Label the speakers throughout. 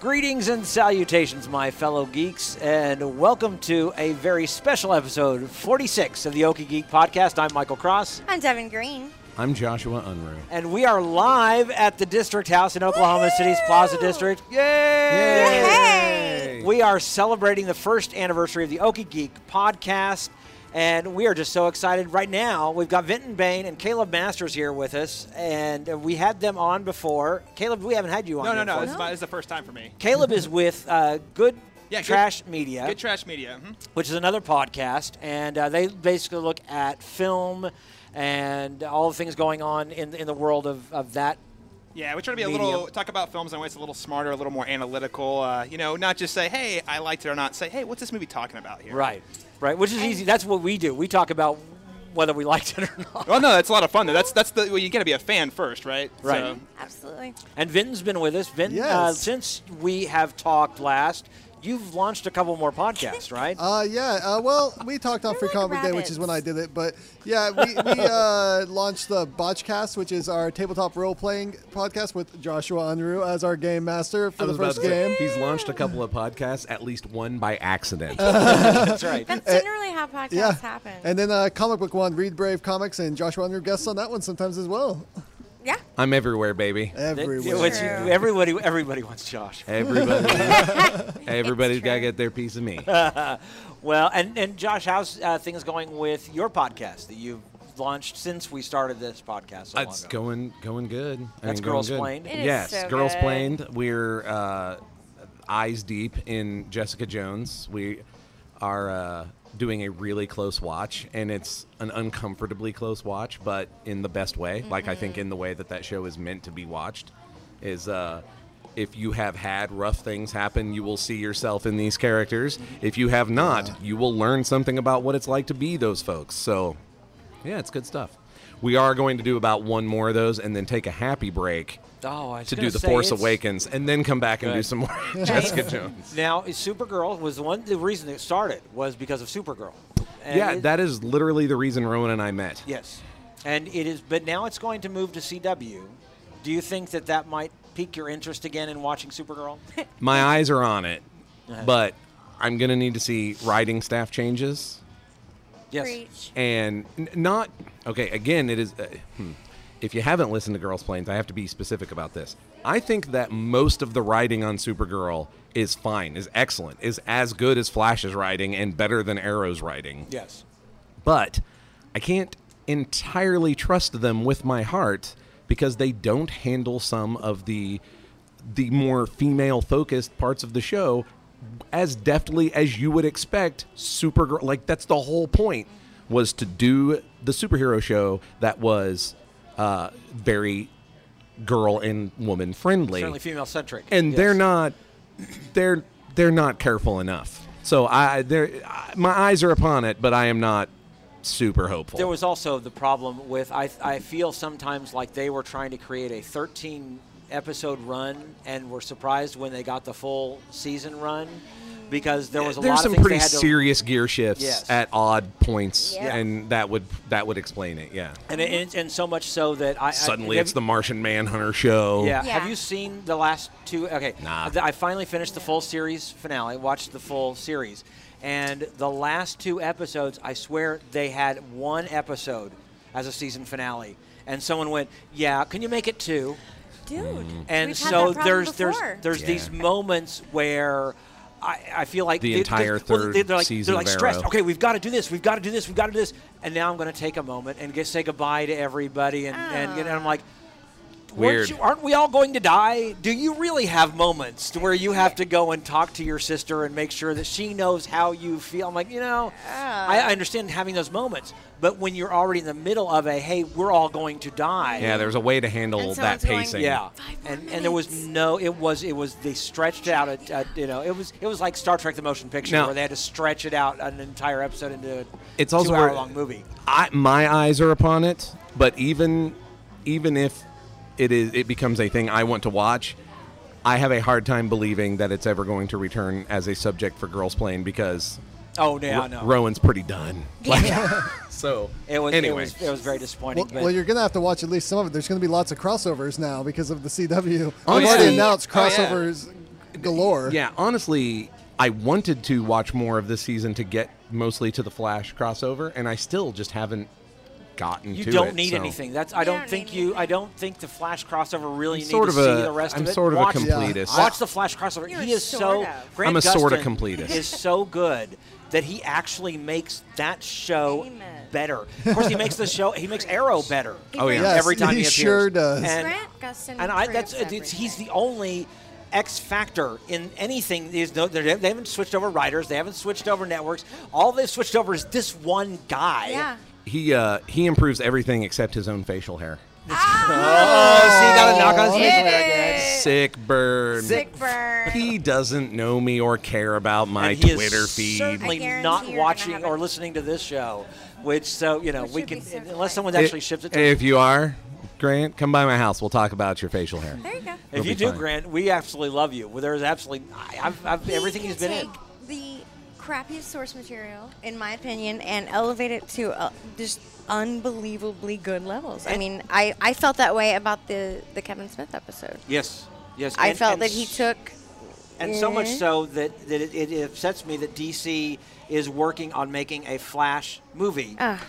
Speaker 1: Greetings and salutations, my fellow geeks, and welcome to a very special episode 46 of the Okie Geek Podcast. I'm Michael Cross,
Speaker 2: I'm Devin Green.
Speaker 3: I'm Joshua Unruh.
Speaker 1: and we are live at the District House in Oklahoma City's Plaza
Speaker 2: Woo!
Speaker 1: District. Yay!
Speaker 2: Yay!
Speaker 1: We are celebrating the first anniversary of the Okie Geek Podcast, and we are just so excited. Right now, we've got Vinton Bain and Caleb Masters here with us, and uh, we had them on before. Caleb, we haven't had you on.
Speaker 4: No, no,
Speaker 1: yet,
Speaker 4: no.
Speaker 1: folks.
Speaker 4: It's, my, it's the first time for me.
Speaker 1: Caleb is with uh, Good
Speaker 4: Yeah, Good-
Speaker 1: Trash Media,
Speaker 4: Good trash media. mhm.
Speaker 1: which is another podcast, and uh, they basically look at film and all the things going on in in the world of, of that.
Speaker 4: Yeah, we try to be a
Speaker 1: Medium.
Speaker 4: little talk about films in a way it's a little smarter, a little more analytical. Uh, you know, not just say, "Hey, I liked it" or not. Say, "Hey, what's this movie talking about here?"
Speaker 1: Right, right. Which is easy. That's what we do. We talk about whether we liked it or not.
Speaker 4: Well, no, that's a lot of fun. Though. That's that's the well, you got to be a fan first, right?
Speaker 1: Right.
Speaker 4: So,
Speaker 2: Absolutely.
Speaker 1: And Vinton's been with us. Vinton, uh,
Speaker 5: Yes.
Speaker 1: since we have talked last, you've launched a couple more podcasts, right?
Speaker 5: Uh, yeah. Uh, well, we talked on
Speaker 2: You're
Speaker 5: Free
Speaker 2: like
Speaker 5: Comic Book Day, which
Speaker 2: rabbits.
Speaker 5: is when I did it. But yeah, we, we uh, launched the Botchcast, which is our tabletop role playing podcast with Joshua Unruh as our game master for
Speaker 3: I
Speaker 5: the
Speaker 3: was about
Speaker 5: first
Speaker 3: to say,
Speaker 5: game.
Speaker 3: He's launched a couple of podcasts, at least one by accident.
Speaker 1: That's right.
Speaker 2: That's
Speaker 5: Eh,
Speaker 2: generally how podcasts
Speaker 5: Yeah.
Speaker 2: happen.
Speaker 5: And then uh, Comic Book One, Read Brave Comics, and Joshua Unruh guests on that one sometimes as well.
Speaker 2: yeah.
Speaker 3: I'm everywhere, baby.
Speaker 1: That-
Speaker 5: Everywhere.
Speaker 1: which
Speaker 2: True.
Speaker 1: everybody, everybody wants Josh.
Speaker 3: Everybody, everybody's got to
Speaker 2: true.
Speaker 3: get their piece of me.
Speaker 1: Well, and, and Josh, how's uh, things going with your podcast that you've launched since we started this podcast? So
Speaker 3: It's
Speaker 1: long ago?
Speaker 3: going going good. I
Speaker 1: That's
Speaker 3: mean, going good.
Speaker 1: Girlsplained. It
Speaker 2: is
Speaker 3: yes,
Speaker 2: so
Speaker 3: girls
Speaker 2: good.
Speaker 3: planed. We're uh, eyes deep in Jessica Jones. We are uh, doing a really close watch, and it's an uncomfortably close watch, but in the best way. Like I
Speaker 2: Mm-hmm.
Speaker 3: think in the way that that show is meant to be watched is. Uh, if you have had rough things happen, you will see yourself in these characters. If you have not, you will learn something about what it's like to be those folks. So yeah, it's good stuff. We are going to do about one more of those and then take a happy break
Speaker 1: Oh, I was
Speaker 3: to
Speaker 1: gonna
Speaker 3: do The
Speaker 1: say,
Speaker 3: Force
Speaker 1: it's-
Speaker 3: Awakens and then come back and
Speaker 1: Good.
Speaker 3: do some more Jessica Jones.
Speaker 1: Now, is Supergirl was the one. The reason it started was because of Supergirl. And
Speaker 3: Yeah,
Speaker 1: it-
Speaker 3: that is literally the reason Rowan and I met.
Speaker 1: Yes, and it is. But now it's going to move to CW. Do you think that that might pique your interest again in watching Supergirl?
Speaker 3: My eyes are on it,
Speaker 1: Uh-huh.
Speaker 3: but I'm going to need to see writing staff changes
Speaker 1: yes.
Speaker 2: Preach.
Speaker 3: and n- not okay. Again, it is. Uh, hmm. If you haven't listened to Girls Planes, I have to be specific about this. I think that most of the writing on Supergirl is fine, is excellent, is as good as Flash's writing and better than Arrow's writing.
Speaker 1: Yes.
Speaker 3: But I can't entirely trust them with my heart because they don't handle some of the the more female focused parts of the show as deftly as you would expect Supergirl like that's the whole point was to do the superhero show that was uh, very girl and woman friendly
Speaker 1: Certainly female centric.
Speaker 3: and they're not they're they're not careful enough so i they're I, my eyes are upon it but i am not super hopeful
Speaker 1: There was also the problem with I, I feel sometimes like they were trying to create a 13 episode run and were surprised when they got the full season run because there was a
Speaker 3: there's
Speaker 1: lot
Speaker 3: some
Speaker 1: of things
Speaker 3: pretty
Speaker 1: they had to,
Speaker 3: serious gear shifts
Speaker 1: Yes.
Speaker 3: at odd points
Speaker 2: Yeah.
Speaker 3: and that would that would explain it yeah
Speaker 1: and, and and so much so that I I-
Speaker 3: suddenly
Speaker 1: have
Speaker 3: it's the martian manhunter show
Speaker 1: you- yeah. Have
Speaker 2: Yeah.
Speaker 1: you seen the last two? Okay.
Speaker 3: Nah.
Speaker 1: Th- I finally finished the full series finale. Watched the full series, and the last two episodes. I swear they had one episode as a season finale, and someone went, "Yeah, can you make it two?
Speaker 2: Dude.
Speaker 1: and
Speaker 2: we've had that
Speaker 1: so
Speaker 2: problem
Speaker 1: there's
Speaker 2: before.
Speaker 1: there's there's
Speaker 3: Mm. Yeah.
Speaker 1: these moments where I, I feel like
Speaker 3: The
Speaker 1: they-
Speaker 3: entire
Speaker 1: they're- well,
Speaker 3: third
Speaker 1: they're, like,
Speaker 3: season
Speaker 1: they're like
Speaker 3: of
Speaker 1: stressed.
Speaker 3: Arrow.
Speaker 1: Okay, we've got to do this. We've got to do this. We've got to do this. And now I'm going to take a moment and get say goodbye to everybody. And and, you know, I'm like. weren't
Speaker 3: Weird.
Speaker 1: you- aren't we all going to die? Do you really have moments to where you have to go and talk to your sister and make sure that she knows how you feel? I'm like, you know, I I understand having those moments, but when you're already in the middle of a, hey, we're all going to die.
Speaker 3: yeah there's a way to handle
Speaker 2: And
Speaker 3: that
Speaker 2: someone's going-
Speaker 3: pacing
Speaker 1: Yeah,
Speaker 2: Five more
Speaker 1: and and there was
Speaker 2: minutes.
Speaker 1: no. It was it was they stretched out. A, a, you know, it was it was like Star Trek: The Motion Picture,
Speaker 3: Now-
Speaker 1: where they had to stretch it out an entire episode into a
Speaker 3: It's also where-
Speaker 1: two-hour-long movie.
Speaker 3: I, my eyes are upon it, but even even if it is it becomes a thing I want to watch, I have a hard time believing that it's ever going to return as a subject for girls playing because
Speaker 1: Oh yeah, no,
Speaker 3: Rowan's pretty done. Like, so
Speaker 1: it was
Speaker 3: anyway,
Speaker 1: it was it was very disappointing.
Speaker 5: Well,
Speaker 1: but
Speaker 5: well, you're gonna have to watch at least some of it. There's gonna be lots of crossovers now because of the CW.
Speaker 3: Oh,
Speaker 5: They've
Speaker 3: yeah.
Speaker 5: already announced
Speaker 4: Oh, yeah.
Speaker 5: crossovers galore.
Speaker 3: Yeah, honestly, I wanted to watch more of this season to get mostly to the Flash crossover, and I still just haven't gotten
Speaker 1: You
Speaker 3: to
Speaker 1: don't
Speaker 3: it,
Speaker 1: need
Speaker 3: so-
Speaker 1: anything. That's I
Speaker 2: You
Speaker 1: don't,
Speaker 2: don't
Speaker 1: think
Speaker 2: need
Speaker 1: you. I
Speaker 2: anything.
Speaker 1: don't think the Flash crossover really
Speaker 3: I'm
Speaker 1: needs
Speaker 3: sort
Speaker 1: to
Speaker 3: of
Speaker 1: see
Speaker 3: a-
Speaker 1: the rest
Speaker 3: I'm
Speaker 1: of it.
Speaker 3: sort of a
Speaker 1: watch,
Speaker 3: completist.
Speaker 1: Watch the Flash crossover.
Speaker 2: You're
Speaker 1: he is
Speaker 2: sort
Speaker 1: so.
Speaker 2: of.
Speaker 1: Grant
Speaker 3: I'm a sorta
Speaker 1: Gustin
Speaker 3: completist.
Speaker 1: Is so good that he actually makes that show
Speaker 2: Amen.
Speaker 1: better. Of course, he makes the show. He makes Arrow better.
Speaker 3: Oh, yeah.
Speaker 5: Yes,
Speaker 1: every time
Speaker 5: he
Speaker 1: he,
Speaker 5: sure
Speaker 1: appears.
Speaker 5: does.
Speaker 1: And,
Speaker 2: Grant Gustin
Speaker 1: and I,
Speaker 2: improves
Speaker 1: that's it's, he's the only X factor in anything. Is no, they they haven't switched over writers. They haven't switched over networks. All they've switched over is this one guy.
Speaker 2: Yeah.
Speaker 3: He uh, he improves everything except his own facial hair.
Speaker 1: Oh, see, you got a knock on his
Speaker 2: Did
Speaker 1: face.
Speaker 2: it.
Speaker 3: Sick burn.
Speaker 2: Sick burn.
Speaker 3: He doesn't know me or care about my
Speaker 1: And he is
Speaker 3: Twitter feed.
Speaker 1: Certainly
Speaker 2: I guarantee
Speaker 1: not
Speaker 2: you're gonna
Speaker 1: watching
Speaker 2: have
Speaker 1: or
Speaker 2: it.
Speaker 1: listening to this show, which so you know
Speaker 2: Which
Speaker 1: we
Speaker 2: should
Speaker 1: can
Speaker 2: be so
Speaker 1: unless
Speaker 2: fun.
Speaker 1: someone actually ships it to
Speaker 3: If you are, Grant, come by my house. We'll talk about your facial hair.
Speaker 2: There you go.
Speaker 1: If
Speaker 3: It'll
Speaker 1: you
Speaker 3: be
Speaker 1: do,
Speaker 3: fine.
Speaker 1: Grant, we absolutely love you. Well, there's absolutely I- I've, I've,
Speaker 2: He
Speaker 1: everything
Speaker 2: can
Speaker 1: he's been in.
Speaker 2: take The crappiest source material, in my opinion, and elevate it to uh, just unbelievably good levels. I
Speaker 1: And-
Speaker 2: mean, I, I felt that way about the, the Kevin Smith episode.
Speaker 1: Yes, yes.
Speaker 2: I
Speaker 1: and-
Speaker 2: felt
Speaker 1: and
Speaker 2: that he
Speaker 1: s-
Speaker 2: took.
Speaker 1: and so much
Speaker 2: Mhm.
Speaker 1: so that, that it, it upsets me that DC is working on making a Flash movie.
Speaker 2: Ah.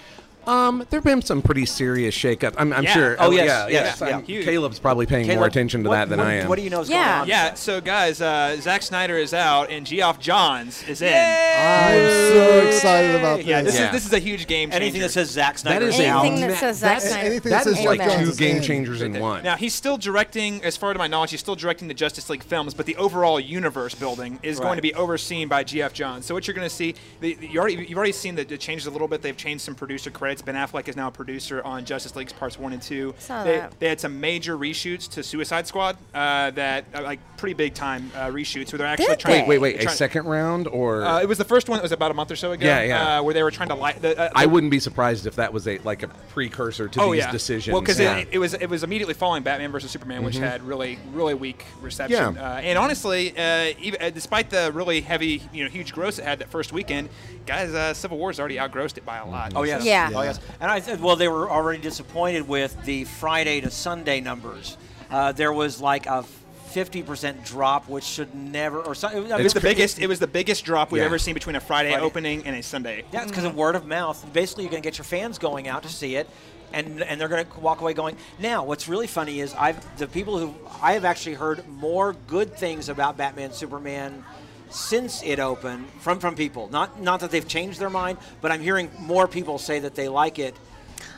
Speaker 3: Um, there've been some pretty serious shakeup. I'm, I'm
Speaker 4: Yeah.
Speaker 3: sure.
Speaker 1: Oh, yes,
Speaker 3: yeah,
Speaker 1: yes,
Speaker 3: yes.
Speaker 1: yeah.
Speaker 3: I'm-
Speaker 4: Huge.
Speaker 3: Caleb's probably paying more
Speaker 1: Caleb,
Speaker 3: attention to
Speaker 1: what-
Speaker 3: that than
Speaker 1: what-
Speaker 3: I am.
Speaker 1: What do you know is
Speaker 2: Yeah.
Speaker 1: going on?
Speaker 4: Yeah, so guys, uh, Zack Snyder is out and Geoff Johns is in.
Speaker 5: I'm so excited about this.
Speaker 4: Yeah, this
Speaker 3: Yeah.
Speaker 4: is this is a huge game changer.
Speaker 1: Anything that says Zack Snyder
Speaker 3: is
Speaker 1: is out.
Speaker 2: Anything that
Speaker 3: That-
Speaker 2: says Zack
Speaker 3: that's-
Speaker 2: Snyder.
Speaker 5: anything
Speaker 3: That
Speaker 5: This
Speaker 3: is
Speaker 5: is
Speaker 3: like
Speaker 5: John's
Speaker 3: two game
Speaker 5: game.
Speaker 3: changers in one.
Speaker 4: Now he's still directing, as far to my knowledge, he's still directing the Justice League films, but the overall universe building is
Speaker 1: Right.
Speaker 4: going to be overseen by G.F. Johns. So what you're going to see, the, the- you already you've already seen the, the changes a little bit. They've changed some producer credits. Ben Affleck is now a producer on Justice League's parts one and two.
Speaker 2: Saw
Speaker 4: they,
Speaker 2: that.
Speaker 4: they had some major reshoots to Suicide Squad uh, that uh, like pretty big time uh, reshoots where they're actually
Speaker 2: Did
Speaker 4: trying.
Speaker 2: they?
Speaker 3: wait, wait,
Speaker 4: they're
Speaker 3: wait. A
Speaker 4: trying-
Speaker 3: second round or?
Speaker 4: Uh, it was the first one that was about a month or so ago.
Speaker 3: Yeah, yeah.
Speaker 4: Uh, where they were trying to light. The, uh,
Speaker 3: I wouldn't be surprised if that was a like a precursor to
Speaker 4: oh
Speaker 3: these
Speaker 4: yeah.
Speaker 3: decisions.
Speaker 4: Well, because
Speaker 3: yeah. Mm-hmm.
Speaker 4: it, it was it was immediately following Batman versus Superman, which had really really weak reception.
Speaker 3: Yeah.
Speaker 4: Uh, and honestly, uh, even, uh, despite the really heavy you know huge gross it had that first weekend, guys, uh, Civil War's already outgrossed it by a lot.
Speaker 1: Oh yes.
Speaker 2: Yeah.
Speaker 1: Oh yes. And I said, well, they were already disappointed with the Friday to Sunday numbers. Uh, there was like a fifty percent drop, which should never or something.
Speaker 4: It was the biggest. It was the biggest drop we've
Speaker 3: Yeah.
Speaker 4: ever seen between a Friday,
Speaker 1: Friday.
Speaker 4: opening and a Sunday. Mm-hmm.
Speaker 1: Yeah, it's because of word of mouth. Basically, you're going to get your fans going out to see it, and and they're going to walk away going. Now, what's really funny is I've the people who I have actually heard more good things about Batman Superman since it opened from from people. Not not that they've changed their mind, but I'm hearing more people say that they like it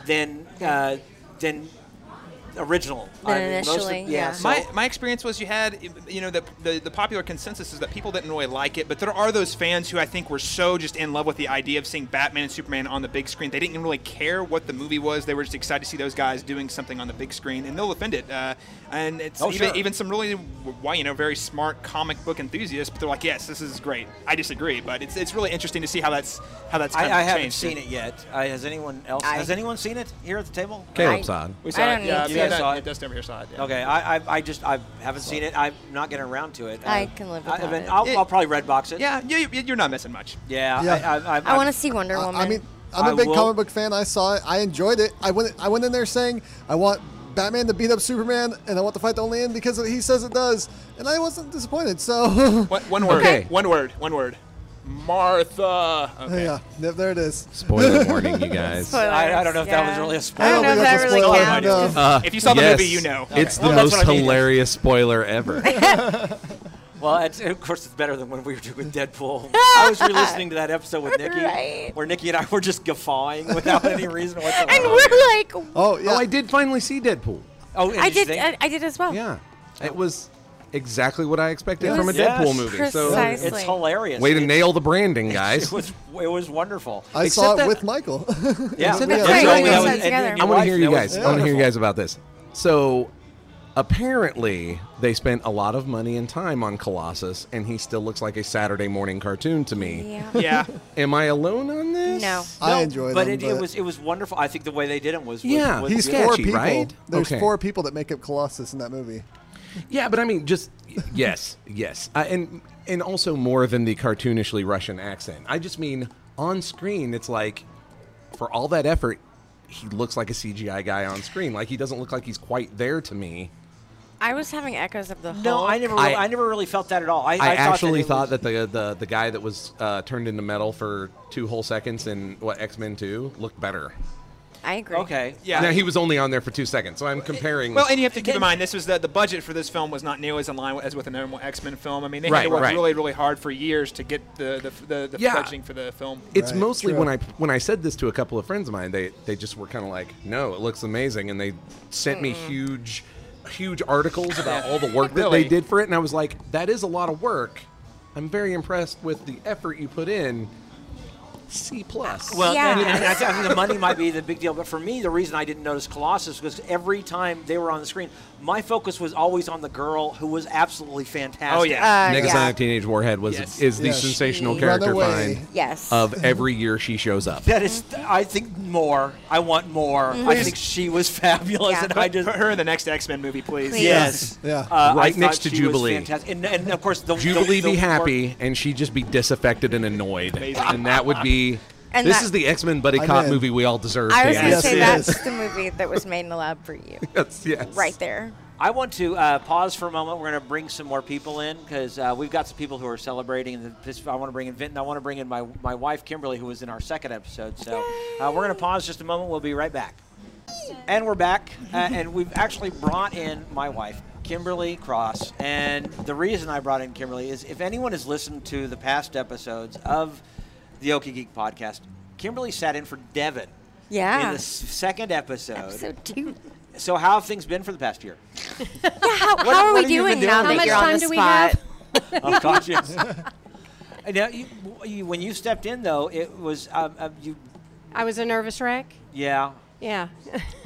Speaker 1: than uh, than original.
Speaker 2: Than
Speaker 1: most of-
Speaker 2: initially, yeah.
Speaker 1: so-
Speaker 4: My, my experience was you had you know the, the the popular consensus is that people didn't really like it, but there are those fans who I think were so just in love with the idea of seeing Batman and Superman on the big screen. They didn't really care what the movie was; they were just excited to see those guys doing something on the big screen, and they'll defend it. Uh, and it's
Speaker 1: Oh,
Speaker 4: even,
Speaker 1: sure.
Speaker 4: even some really why you know very smart comic book enthusiasts, but they're like, yes, this is great. I disagree, but it's it's really interesting to see how that's how that's. Kind
Speaker 1: I, I
Speaker 4: of
Speaker 1: haven't
Speaker 4: changed.
Speaker 1: seen it yet. I, has anyone else?
Speaker 2: I-
Speaker 1: has anyone seen it here at the table?
Speaker 3: Caleb's
Speaker 2: I-
Speaker 3: on.
Speaker 4: We saw
Speaker 2: I
Speaker 4: it. Yeah,
Speaker 2: don't need
Speaker 4: me
Speaker 1: to.
Speaker 4: and
Speaker 1: You guys saw
Speaker 4: I-
Speaker 1: it?
Speaker 4: Dustin over here saw it. yeah.
Speaker 1: Okay, I, I, I just I haven't seen it. I'm not getting around to it.
Speaker 2: I can live
Speaker 1: I,
Speaker 2: without
Speaker 1: mean,
Speaker 2: it.
Speaker 1: I'll,
Speaker 4: It-
Speaker 1: I'll probably red box it.
Speaker 4: Yeah, you, you- you're not missing much.
Speaker 1: yeah.
Speaker 5: Yeah.
Speaker 1: I, I, I,
Speaker 2: I want to see Wonder Woman.
Speaker 5: I mean, I'm a
Speaker 1: I
Speaker 5: big
Speaker 1: will-
Speaker 5: comic book fan. I saw it. I enjoyed it. I went. I went in there saying I want Batman to beat up Superman, and I want the fight to only end because he says it does, and I wasn't disappointed. So
Speaker 4: One, one word.
Speaker 3: Okay.
Speaker 4: One word. One word. Martha. Okay.
Speaker 5: yeah, yep, there it is.
Speaker 3: Spoiler warning, you guys.
Speaker 2: Spoilers,
Speaker 1: I- I don't know if that was
Speaker 2: yeah.
Speaker 1: really a
Speaker 2: I don't know
Speaker 5: spoiler.
Speaker 2: if that really
Speaker 5: Spoiler,
Speaker 2: counts.
Speaker 5: no.
Speaker 2: 'cause
Speaker 3: Uh,
Speaker 4: If you saw the
Speaker 3: yes.
Speaker 4: movie, you know.
Speaker 3: It's
Speaker 1: Okay. Well,
Speaker 3: the
Speaker 1: that's
Speaker 3: most
Speaker 1: what I needed.
Speaker 3: hilarious spoiler ever.
Speaker 1: Well, it's, of course, it's better than when we were doing Deadpool. I was re-listening to that episode with Nikki,
Speaker 2: Right.
Speaker 1: where Nikki and I were just guffawing without any reason whatsoever.
Speaker 2: And we're like,
Speaker 5: Oh yeah,
Speaker 3: Oh, I did finally see Deadpool.
Speaker 1: oh, and
Speaker 2: I
Speaker 1: you
Speaker 2: did,
Speaker 1: think-
Speaker 2: I, I did as well.
Speaker 3: Yeah, it was exactly what I expected
Speaker 2: It
Speaker 3: from a
Speaker 2: was
Speaker 3: Deadpool
Speaker 1: Yes.
Speaker 3: movie.
Speaker 2: precise.
Speaker 1: it's hilarious.
Speaker 3: So, way to
Speaker 1: It-
Speaker 3: nail the branding,
Speaker 1: It
Speaker 3: guys.
Speaker 1: was it was wonderful.
Speaker 5: I saw
Speaker 3: Except
Speaker 5: it
Speaker 3: that-
Speaker 5: with Michael.
Speaker 1: yeah,
Speaker 3: Except
Speaker 1: Yeah,
Speaker 3: that-
Speaker 1: so
Speaker 3: Right,
Speaker 1: that
Speaker 3: we
Speaker 1: was-
Speaker 3: all
Speaker 1: and-
Speaker 2: sat
Speaker 1: and
Speaker 2: together.
Speaker 1: your
Speaker 2: I
Speaker 3: I want
Speaker 1: wife,
Speaker 3: to hear you
Speaker 1: that was
Speaker 3: guys. I want to hear you
Speaker 1: wonderful.
Speaker 3: guys about this. So, apparently, they spent a lot of money and time on Colossus, and he still looks like a Saturday morning cartoon to me.
Speaker 2: Yeah.
Speaker 4: yeah.
Speaker 3: Am I alone on this?
Speaker 2: No.
Speaker 5: I
Speaker 1: No,
Speaker 5: enjoyed
Speaker 1: but
Speaker 5: them,
Speaker 1: it. But it was it was wonderful. I think the way they did him was, was
Speaker 3: Yeah,
Speaker 1: was
Speaker 5: He's
Speaker 1: beautiful.
Speaker 5: four
Speaker 3: sketchy,
Speaker 5: people.
Speaker 3: right?
Speaker 5: There's
Speaker 3: Okay.
Speaker 5: four people that make up Colossus in that movie.
Speaker 3: Yeah, but I mean, just yes, yes, I, and and also more than the cartoonishly Russian accent. I just mean on screen, it's like for all that effort, he looks like a CGI guy on screen. Like he doesn't look like he's quite there to me.
Speaker 2: I was having echoes of the
Speaker 1: No,
Speaker 2: Hulk.
Speaker 1: I never,
Speaker 3: I-
Speaker 1: really, I never really felt that at all. I,
Speaker 3: I,
Speaker 1: I
Speaker 3: actually
Speaker 1: thought
Speaker 3: thought that, the, the the guy that was uh, turned into metal for two whole seconds in what X Men Two looked better.
Speaker 2: I agree.
Speaker 1: it was- okay.
Speaker 4: Yeah.
Speaker 3: Now he was only on there for two seconds, so I'm comparing.
Speaker 4: Well, and you have to keep in mind this was the the budget for this film was not nearly as in line with, as with a normal X Men film. I mean, they had
Speaker 3: Right,
Speaker 4: to work
Speaker 3: right.
Speaker 4: really, really hard for years to get the the f- the, the
Speaker 3: Yeah.
Speaker 4: budgeting for the film.
Speaker 3: it's
Speaker 5: Right,
Speaker 3: mostly
Speaker 5: true.
Speaker 3: when I when I said this to a couple of friends of mine, they they just were kind of like, "No, it looks amazing," and they sent me huge, huge articles about all the work that
Speaker 4: Really?
Speaker 3: they did for it, and I was like, "That is a lot of work." I'm very impressed with the effort you put in. C plus.
Speaker 1: Well,
Speaker 2: Yeah. Uh,
Speaker 1: and- and I, th- I think the money might be the big deal, but for me, the reason I didn't notice Colossus was every time they were on the screen, my focus was always on the girl who was absolutely fantastic.
Speaker 4: Oh
Speaker 2: Uh,
Speaker 4: yeah,
Speaker 3: Negasonic
Speaker 2: yeah.
Speaker 3: Teenage Warhead was
Speaker 4: Yes.
Speaker 3: is the
Speaker 5: Yes.
Speaker 3: sensational
Speaker 2: She-
Speaker 3: character
Speaker 5: Runaway.
Speaker 3: find
Speaker 2: Yes.
Speaker 3: of every year she shows up.
Speaker 1: That is, I think more. I want more.
Speaker 3: Mm-hmm.
Speaker 1: I think she was fabulous,
Speaker 2: Yeah.
Speaker 1: and
Speaker 2: Put-
Speaker 1: I just
Speaker 4: put her in the next X Men movie, please.
Speaker 2: Please.
Speaker 1: yes,
Speaker 5: Yeah.
Speaker 1: Uh, I
Speaker 3: Right next
Speaker 1: thought
Speaker 3: to
Speaker 1: she
Speaker 3: Jubilee.
Speaker 1: was fantastic, and, and of course the the- the
Speaker 3: Jubilee be
Speaker 1: work-
Speaker 3: happy, and she just be disaffected and annoyed,
Speaker 4: Amazing.
Speaker 3: and that would be.
Speaker 2: And
Speaker 3: this
Speaker 2: that-
Speaker 3: is the X Men buddy
Speaker 5: I'm
Speaker 3: cop
Speaker 5: in.
Speaker 3: movie we all deserve.
Speaker 2: I
Speaker 3: to
Speaker 2: was
Speaker 3: be.
Speaker 2: going to
Speaker 5: Yes,
Speaker 2: say
Speaker 5: it
Speaker 2: that's
Speaker 5: is.
Speaker 2: the movie that was made in the lab for you.
Speaker 3: Yes, yes.
Speaker 2: Right there.
Speaker 1: I want to uh, pause for a moment. We're going to bring some more people in because uh, we've got some people who are celebrating. And this, I want to bring in Vinton. I want to bring in my, my wife, Kimberly, who was in our second episode. So uh, we're going to pause just a moment. We'll be right back. And we're back. Uh, and we've actually brought in my wife, Kimberly Cross. And the reason I brought in Kimberly is if anyone has listened to the past episodes of the Okie Geek podcast, Kimberly sat in for Devin in
Speaker 2: Yeah.
Speaker 1: the s- second episode.
Speaker 2: Episode two.
Speaker 1: So, how have things been for the past year?
Speaker 2: How,
Speaker 1: What-
Speaker 2: how are
Speaker 1: what
Speaker 2: we
Speaker 1: have you been
Speaker 2: doing now
Speaker 1: doing? How
Speaker 2: that
Speaker 1: much
Speaker 2: you're on
Speaker 6: time
Speaker 2: the
Speaker 6: do we
Speaker 2: spot?
Speaker 6: have?
Speaker 1: I'm conscious. Oh, now, you, you, when you stepped in, though, it was um, um, you.
Speaker 6: I was a nervous wreck.
Speaker 1: Yeah,
Speaker 6: Yeah.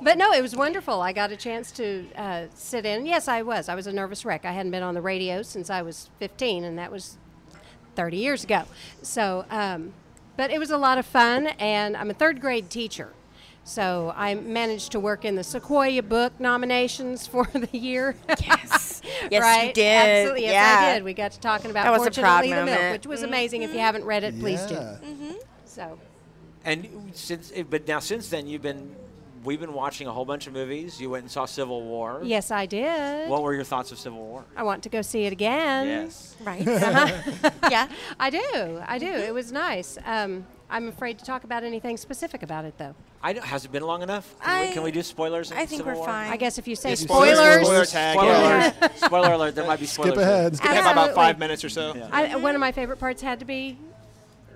Speaker 6: but no, it was wonderful. I got a chance to uh, sit in. Yes, I was. I was a nervous wreck. I hadn't been on the radio since I was 15, and that was 30 years ago. So, um, but it was a lot of fun, and I'm a third grade teacher. So I managed to work in the Sequoia book nominations for the year.
Speaker 2: Yes. Yes,
Speaker 6: right?
Speaker 2: you did.
Speaker 6: Absolutely, yes,
Speaker 2: yeah.
Speaker 6: I did. We got to talking about
Speaker 2: That was a eh? Mm-hmm. proud
Speaker 6: Fortunately the Milk,
Speaker 2: moment.
Speaker 6: which was amazing. If you haven't read it, please
Speaker 5: Yeah.
Speaker 6: do.
Speaker 2: Mm-hmm.
Speaker 6: So
Speaker 1: and since eh, but now since then you've been we've been watching a whole bunch of movies. You went and saw Civil War.
Speaker 6: yes, I did.
Speaker 1: What were your thoughts of Civil War?
Speaker 6: I want to go see it again. Uh-huh.
Speaker 1: Yes.
Speaker 2: Right.
Speaker 6: yeah, I do. I do. It was nice. Um, I'm afraid to talk about anything specific about it, though.
Speaker 1: I know, has it been long enough? Can, we,
Speaker 2: I-
Speaker 1: can we do spoilers? in
Speaker 2: I think
Speaker 1: Civil
Speaker 2: we're
Speaker 1: War?
Speaker 2: fine.
Speaker 6: I guess if you say
Speaker 5: If you say
Speaker 6: spoilers,
Speaker 5: spoilers-
Speaker 4: Spoiler tag.
Speaker 1: Spoiler
Speaker 4: yeah.
Speaker 1: alert! Spoiler alert! There might be spoilers.
Speaker 5: Skip ahead.
Speaker 4: We have about
Speaker 6: Absolutely.
Speaker 4: five minutes or so.
Speaker 1: Yeah.
Speaker 6: I, one of my favorite parts had to be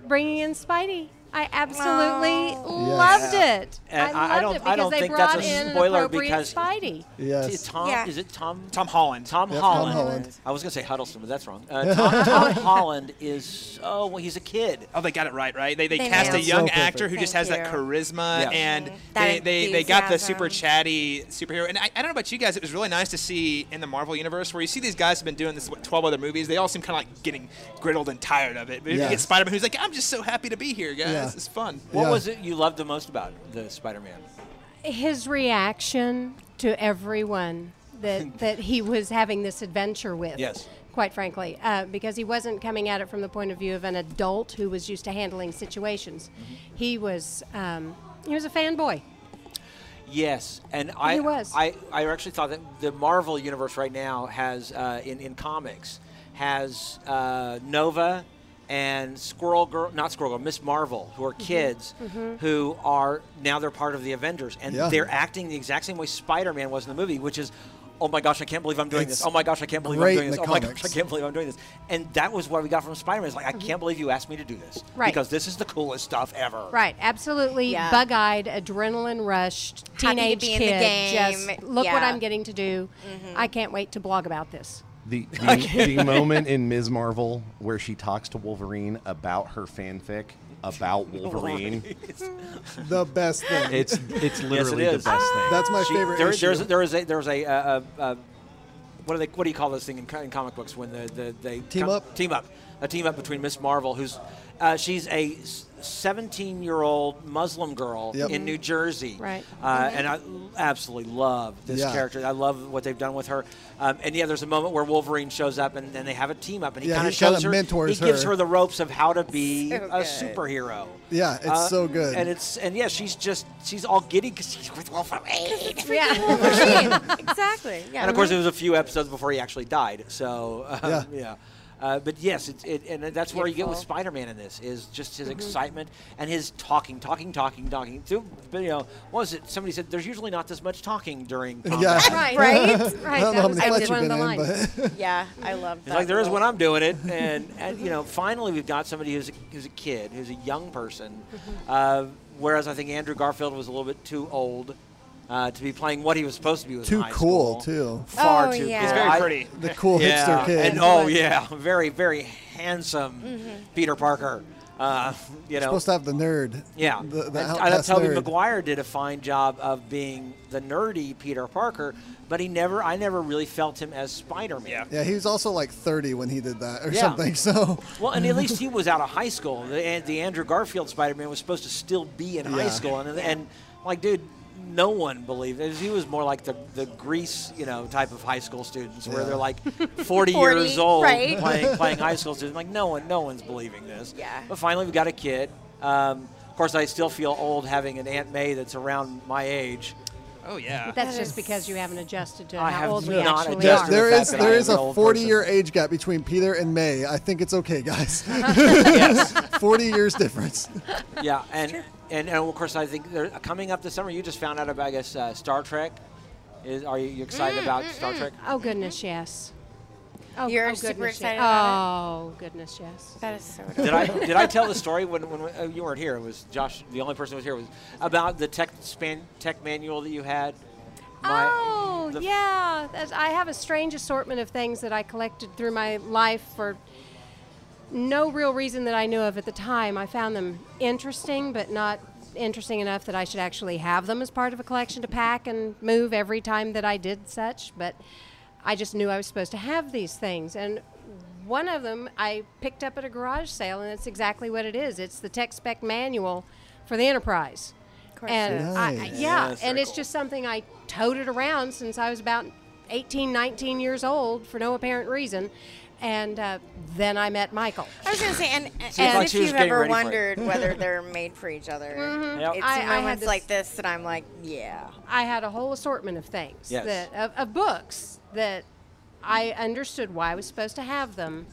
Speaker 6: bringing in Spidey. I absolutely
Speaker 2: Oh.
Speaker 6: loved
Speaker 1: Yes.
Speaker 6: it.
Speaker 1: And I- I
Speaker 6: I loved
Speaker 1: don't-
Speaker 6: it
Speaker 1: I
Speaker 6: because
Speaker 1: don't
Speaker 6: they
Speaker 1: think that's
Speaker 6: brought
Speaker 1: a
Speaker 6: in an
Speaker 1: spoiler
Speaker 6: appropriate
Speaker 1: because-
Speaker 6: Spidey.
Speaker 1: Is it
Speaker 5: Yes.
Speaker 1: Tom?
Speaker 2: Yeah.
Speaker 1: Is it Tom?
Speaker 4: Tom Holland.
Speaker 1: Tom
Speaker 5: Yeah, Tom
Speaker 1: Holland.
Speaker 5: Holland.
Speaker 1: I was gonna say Huddleston, but that's wrong. Uh, Tom, Tom Holland is oh well, he's a kid.
Speaker 4: Oh, they got it right, right? They, they,
Speaker 2: They
Speaker 4: cast a
Speaker 2: nailed it.
Speaker 4: young
Speaker 5: So perfect.
Speaker 4: actor who just has
Speaker 2: Thank
Speaker 4: that
Speaker 2: you.
Speaker 4: charisma,
Speaker 1: Yes.
Speaker 4: and
Speaker 2: Mhm.
Speaker 4: they,
Speaker 2: That
Speaker 4: they, they got the
Speaker 2: enthusiasm.
Speaker 4: super chatty superhero. And I, I don't know about you guys, it was really nice to see in the Marvel universe where you see these guys have been doing this what, 12 other movies. They all seem kind of like getting griddled and tired of it. But
Speaker 5: Yeah.
Speaker 4: you get Spider Man, who's like, I'm just so happy to be here, guys.
Speaker 5: Yeah.
Speaker 4: It's fun.
Speaker 1: What
Speaker 5: Yeah.
Speaker 1: was it you loved the most about the Spider-Man?
Speaker 6: his reaction to everyone that, that he was having this adventure with.
Speaker 1: Yes.
Speaker 6: Quite frankly, uh, because he wasn't coming at it from the point of view of an adult who was used to handling situations.
Speaker 1: Mm-hmm.
Speaker 6: He was um, he was a fanboy.
Speaker 1: Yes, and I
Speaker 6: He was.
Speaker 1: I, I actually thought that the Marvel universe right now has uh, in in comics has uh, Nova and Squirrel Girl, not Squirrel Girl, Miss Marvel, who are
Speaker 6: Mm-hmm.
Speaker 1: kids who are now they're part of the Avengers, and
Speaker 5: Yeah.
Speaker 1: they're acting the exact same way Spider-Man was in the movie, which is. Oh my gosh! I can't believe I'm doing
Speaker 5: It's
Speaker 1: this. Oh my gosh! I can't believe I'm
Speaker 5: great
Speaker 1: doing
Speaker 5: in
Speaker 1: this.
Speaker 5: the
Speaker 1: Oh my gosh! I
Speaker 5: comics.
Speaker 1: can't believe I'm doing this. And that was what we got from Spider-Man. It's like I can't believe you asked me to do this
Speaker 6: Mm-hmm. Right.
Speaker 1: because this is the coolest stuff ever.
Speaker 6: Right, absolutely
Speaker 2: Yeah.
Speaker 6: bug-eyed, adrenaline rushed
Speaker 2: to
Speaker 6: teenage
Speaker 2: be in
Speaker 6: kid.
Speaker 2: the game.
Speaker 6: Just look what
Speaker 2: Yeah. Mm-hmm.
Speaker 6: I'm getting to do. I can't wait to blog about this.
Speaker 3: The, the, the moment in Ms. Marvel where she talks to Wolverine about her fanfic about Wolverine.
Speaker 5: The best thing. Ah,
Speaker 3: it's it's literally
Speaker 1: is.
Speaker 3: the best thing.
Speaker 5: That's my
Speaker 1: She-
Speaker 5: favorite
Speaker 1: there,
Speaker 5: issue.
Speaker 1: There's, there is a there is a, uh, uh, uh, what do they what do you call this thing in, co- in comic books when the, the they
Speaker 5: Team up?
Speaker 1: team up a team up between Miss Marvel, who's uh, she's a 17 year old Muslim girl
Speaker 5: Yep.
Speaker 1: in New Jersey,
Speaker 6: Right.
Speaker 1: Uh, And I l- absolutely love this
Speaker 5: Yeah.
Speaker 1: character. I love what they've done with her. Um, and yeah, there's a moment where Wolverine shows up and, and they have a team up, and he
Speaker 5: Yeah,
Speaker 1: kind of
Speaker 5: he kinda
Speaker 1: shows her,
Speaker 5: mentors
Speaker 1: he gives
Speaker 5: her.
Speaker 1: her the ropes of how to be
Speaker 2: So
Speaker 1: a
Speaker 2: good.
Speaker 1: superhero. Uh,
Speaker 5: Yeah, it's so good.
Speaker 1: And it's and yeah, she's just she's all giddy because she's with Wolverine.
Speaker 2: Yeah. exactly. Yeah.
Speaker 1: And of course, it was a few episodes before he actually died. So um, yeah,
Speaker 5: Yeah.
Speaker 1: Uh, but yes, it's it, and that's where you get with
Speaker 2: Beautiful.
Speaker 1: Spider-Man in this is just
Speaker 6: Mm-hmm.
Speaker 1: his excitement and his talking, talking, talking, talking. So, but, you know, what was it? Somebody said there's usually not this much talking during. Combat.
Speaker 5: Yeah.
Speaker 6: Right,
Speaker 2: Right?
Speaker 6: right,
Speaker 5: I don't
Speaker 6: That
Speaker 5: know how
Speaker 6: was
Speaker 5: many
Speaker 2: I
Speaker 5: fights
Speaker 2: did
Speaker 5: you've
Speaker 6: one of
Speaker 5: been
Speaker 6: the
Speaker 5: in,
Speaker 6: lines.
Speaker 5: but
Speaker 2: yeah, I love that.
Speaker 1: It's like there is when
Speaker 2: little-
Speaker 1: I'm doing it, and, and you know, finally we've got somebody who's a, who's a kid, who's a young person.
Speaker 2: Mm-hmm.
Speaker 1: Uh, whereas I think Andrew Garfield was a little bit too old uh, to be playing what he was supposed to be. Was in
Speaker 5: Too
Speaker 1: high
Speaker 5: cool,
Speaker 1: school.
Speaker 5: too.
Speaker 1: Far
Speaker 2: Oh,
Speaker 1: too. cool.
Speaker 2: yeah. He's
Speaker 4: It's very
Speaker 1: I-
Speaker 4: pretty.
Speaker 5: the cool hipster kid.
Speaker 1: And oh yeah, very very handsome
Speaker 2: Mm-hmm.
Speaker 1: Peter Parker. Uh, you know,
Speaker 5: supposed to have the nerd.
Speaker 1: yeah.
Speaker 5: the, the
Speaker 1: And I thought
Speaker 5: outcast
Speaker 1: Tobey
Speaker 5: nerd.
Speaker 1: Maguire did a fine job of being the nerdy Peter Parker, but he never I never really felt him as Spider-Man.
Speaker 4: Yeah.
Speaker 5: Yeah, he was also like 30 when he did that or
Speaker 1: Yeah.
Speaker 5: something. So
Speaker 1: Well, and at least he was out of high school. The, the Andrew Garfield Spider-Man was supposed to still be in high
Speaker 5: Yeah.
Speaker 1: school, and and like, dude, no one believed it. He was more like the the Greece, you know, type of high school students where
Speaker 5: Yeah.
Speaker 1: they're like 40,
Speaker 2: 40,
Speaker 1: years old
Speaker 2: right.
Speaker 1: playing playing high school students. Like, no one, no one's believing this.
Speaker 2: Yeah.
Speaker 1: But finally, we got a kid. Um, of course, I still feel old having an Aunt May that's around my age.
Speaker 4: Oh yeah.
Speaker 6: That's just because you haven't adjusted to
Speaker 1: I have
Speaker 6: how old we
Speaker 1: not
Speaker 6: actually
Speaker 1: adjusted
Speaker 5: there,
Speaker 1: Yeah.
Speaker 6: are.
Speaker 5: there
Speaker 1: The fact
Speaker 5: is
Speaker 1: that
Speaker 5: there
Speaker 1: I
Speaker 5: is
Speaker 1: am
Speaker 5: a
Speaker 1: an old
Speaker 5: 40
Speaker 1: person.
Speaker 5: year age gap between Peter and May. I think it's okay, guys. 40 years difference.
Speaker 1: yeah, and, and and of course, I think they're coming up this summer. You just found out about, I guess, uh, Star Trek. Is, are you, you excited about Star Trek?
Speaker 6: Oh goodness, yes. Oh,
Speaker 2: You're
Speaker 6: oh,
Speaker 2: super
Speaker 6: goodness,
Speaker 2: excited
Speaker 6: yes.
Speaker 2: about
Speaker 6: Oh goodness, yes.
Speaker 2: That is so.
Speaker 1: did I did I tell the story when, when uh, you weren't here? It was Josh. The only person who was here was about the tech span, tech manual that you had.
Speaker 6: oh
Speaker 1: the-
Speaker 6: yeah, That's, I have a strange assortment of things that I collected through my life for no real reason that I knew of at the time. I found them interesting, but not interesting enough that I should actually have them as part of a collection to pack and move every time that I did such. But I just knew I was supposed to have these things and. One of them I picked up at a garage sale, and that's exactly what it is. It's the tech spec manual for the Enterprise.
Speaker 2: course
Speaker 6: And
Speaker 5: it
Speaker 6: I,
Speaker 5: is.
Speaker 6: I- yeah,
Speaker 1: Yes,
Speaker 6: and
Speaker 1: very
Speaker 6: it's
Speaker 1: cool.
Speaker 6: just something I toted around since I was about 18, 19 years old for no apparent reason. And uh, then I met Michael.
Speaker 2: I was gonna say, and, and
Speaker 1: like
Speaker 2: if
Speaker 1: she was
Speaker 2: you've
Speaker 1: getting
Speaker 2: ever
Speaker 1: ready for it.
Speaker 2: wondered whether they're made for each other,
Speaker 1: Yep.
Speaker 2: it's
Speaker 6: I- I
Speaker 2: in
Speaker 6: had
Speaker 2: moments
Speaker 6: this-
Speaker 2: like this that I'm like, yeah,
Speaker 6: I had a whole assortment of things,
Speaker 1: Yes.
Speaker 6: that, of, of books that I understood why I was supposed to have them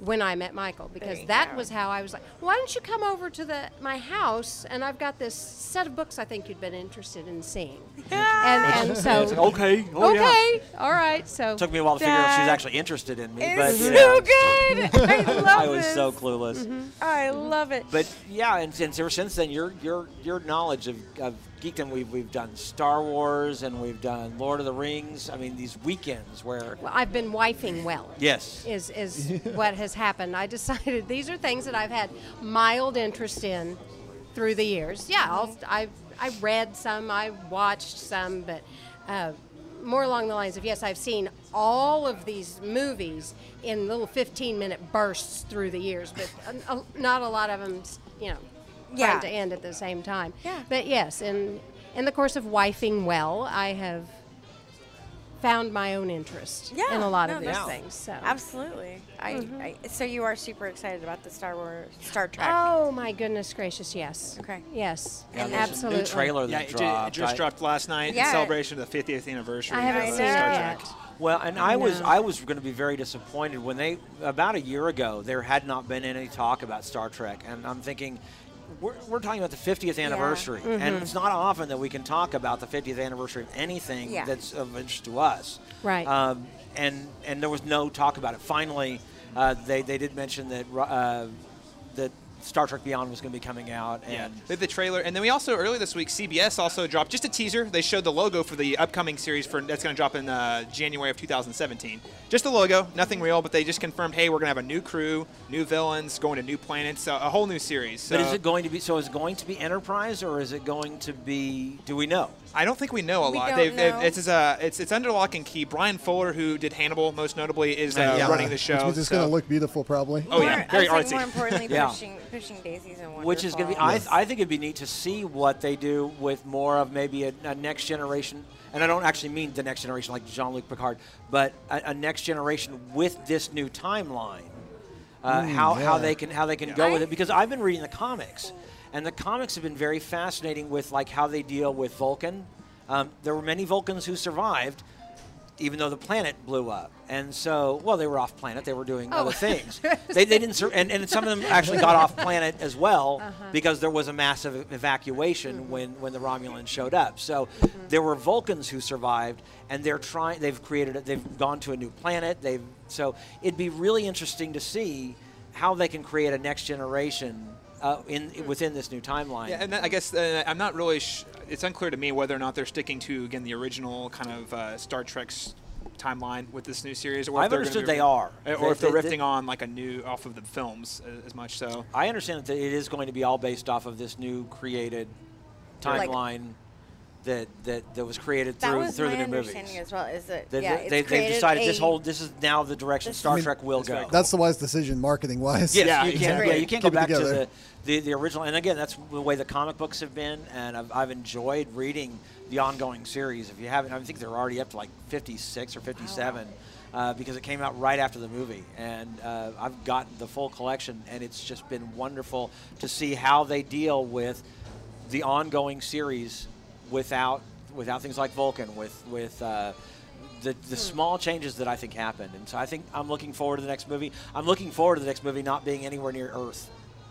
Speaker 6: when I met Michael because
Speaker 2: you
Speaker 6: that
Speaker 2: go.
Speaker 6: was how I was like, why don't you come over to the my house and I've got this set of books I think you'd been interested in seeing. And, and so,
Speaker 1: It's like, okay, oh, yeah.
Speaker 6: okay, all right, so.
Speaker 1: Took me a while to figure out if she was
Speaker 2: That
Speaker 1: actually interested in me, but
Speaker 2: it's
Speaker 1: you
Speaker 2: so
Speaker 1: know,
Speaker 2: good. I love
Speaker 1: I was
Speaker 2: this.
Speaker 1: so clueless.
Speaker 2: I love it.
Speaker 1: But yeah, and since ever since then, your your your knowledge of, of geekdom, we've we've done Star Wars and we've done Lord of the Rings. I mean, these weekends where
Speaker 6: Well, I've been wifing well.
Speaker 1: yes,
Speaker 6: Is is what has happened. I decided these are things that I've had mild interest in through the years. Yeah, I'll, I I read some, I watched some, but uh, more along the lines of yes, I've seen all of these movies in little 15 minute bursts through the years, but uh, uh, not a lot of them, you know,
Speaker 2: Yeah.
Speaker 6: yeah. to end at the same time.
Speaker 2: Yeah.
Speaker 6: But yes, in in the course of wifing well, I have found my own interest
Speaker 2: yeah,
Speaker 6: in a lot
Speaker 2: no,
Speaker 6: of these
Speaker 2: that's-
Speaker 6: things. So.
Speaker 2: absolutely. I, I so you are super excited about the Star Wars, Star Trek.
Speaker 6: Oh my goodness gracious, yes.
Speaker 2: Okay.
Speaker 6: Yes.
Speaker 1: Yeah, there's
Speaker 6: absolutely.
Speaker 1: A new trailer
Speaker 4: Yeah,
Speaker 1: that
Speaker 4: it, ju- it
Speaker 1: dropped.
Speaker 4: just
Speaker 1: I-
Speaker 4: dropped last night
Speaker 2: Yeah.
Speaker 4: in celebration of the 50th anniversary.
Speaker 6: I
Speaker 4: of
Speaker 6: haven't seen
Speaker 4: Star
Speaker 6: it
Speaker 4: Trek.
Speaker 6: yet.
Speaker 1: Well, and I was
Speaker 6: No.
Speaker 1: I was going to be very disappointed when they about a year ago there had not been any talk about Star Trek, and I'm thinking. We're, we're talking about the 50th anniversary, and
Speaker 6: Mm-hmm.
Speaker 1: it's not often that we can talk about the 50th anniversary of anything
Speaker 2: Yeah.
Speaker 1: that's of interest to us.
Speaker 6: Right.
Speaker 1: Um, and and there was no talk about it. Finally, uh, they, they did mention that uh, that Star Trek Beyond was going to be coming out,
Speaker 4: Yeah,
Speaker 1: and
Speaker 4: with the trailer, and then we also earlier this week, CBS also dropped just a teaser. They showed the logo for the upcoming series for that's going to drop in uh, January of 2017. Just a logo, nothing real, but they just confirmed, hey, we're going to have a new crew, new villains, going to new planets, uh, a whole new series. So
Speaker 1: But is it going to be? So is it going to be Enterprise, or is it going to be? Do we know?
Speaker 4: I don't think we know a
Speaker 2: We
Speaker 4: lot.
Speaker 2: don't
Speaker 4: They've, they've-
Speaker 2: know.
Speaker 4: It's, it's, uh, it's it's under lock and key. Brian Fuller, who did Hannibal, most notably, is uh,
Speaker 5: Yeah.
Speaker 4: running the show.
Speaker 5: Which is
Speaker 4: so-
Speaker 5: going to look beautiful, probably.
Speaker 4: Oh, yeah.
Speaker 2: More-
Speaker 4: Very
Speaker 2: I think
Speaker 4: artsy.
Speaker 2: more importantly,
Speaker 1: Yeah.
Speaker 2: pushing, pushing daisies and wonderful.
Speaker 1: Which is going to be, I, th- I think it'd be neat to see what they do with more of maybe a, a next generation, and I don't actually mean the next generation like Jean Luc Picard, but a, a next generation with this new timeline.
Speaker 2: Mm,
Speaker 1: Uh, how, how they can how they can go with it because I've been reading the comics, and the comics have been very fascinating with like how they deal with Vulcan. Um, there were many Vulcans who survived, even though the planet blew up. And so, well, they were off planet. They were
Speaker 2: Oh.
Speaker 1: doing
Speaker 6: Oh.
Speaker 1: other things. They, they didn't, sur- and, and some of them actually got off planet as well
Speaker 2: Uh-huh.
Speaker 1: because there was a massive evacuation
Speaker 2: Mm-hmm.
Speaker 1: when, when the Romulans showed up. So there were Vulcans who survived, and they're trying. They've created. A, they've gone to a new planet. They've so it'd be really interesting to see how they can create a next generation uh, in
Speaker 2: Mm-hmm.
Speaker 1: within this new timeline.
Speaker 4: Yeah, and that, I guess uh, I'm not really. Sh- it's unclear to me whether or not they're sticking to again the original kind of uh, Star Trek's timeline with this new series. Or if
Speaker 1: I've
Speaker 4: they're gonna
Speaker 1: understood
Speaker 4: be-
Speaker 1: they are.
Speaker 4: or
Speaker 1: They-
Speaker 4: if they're
Speaker 1: they-
Speaker 4: riffing
Speaker 1: they-
Speaker 4: on like a new off of the films as, as much. So
Speaker 1: I understand that it is going to be all based off of this new created
Speaker 2: Like-
Speaker 1: timeline that, that that was created
Speaker 2: that
Speaker 1: through
Speaker 2: was
Speaker 1: through
Speaker 2: my
Speaker 1: the new movies.
Speaker 2: understanding as well. Is that
Speaker 1: They,
Speaker 2: yeah,
Speaker 1: they,
Speaker 2: it's
Speaker 1: they've
Speaker 2: created
Speaker 1: decided this
Speaker 2: a-
Speaker 1: whole this is now the direction
Speaker 2: This-
Speaker 1: Star
Speaker 5: I mean,
Speaker 1: Trek will go.
Speaker 5: That's the wise decision, marketing wise.
Speaker 1: Yes,
Speaker 4: Yeah,
Speaker 1: you can't.
Speaker 2: exactly.
Speaker 1: Yeah, you can't go
Speaker 5: Keep it
Speaker 1: back to
Speaker 5: together.
Speaker 1: the, the, the original. And again, that's the way the comic books have been, and I've, I've enjoyed reading the ongoing series. If you haven't, I think they're already up to like 56 or 57 uh, because it came out right after the movie. And uh, I've gotten the full collection, and it's just been wonderful to see how they deal with the ongoing series without without things like Vulcan, with with uh, the, the small changes that I think happened. And so I think I'm looking forward to the next movie. I'm looking forward to the next movie not being anywhere near Earth.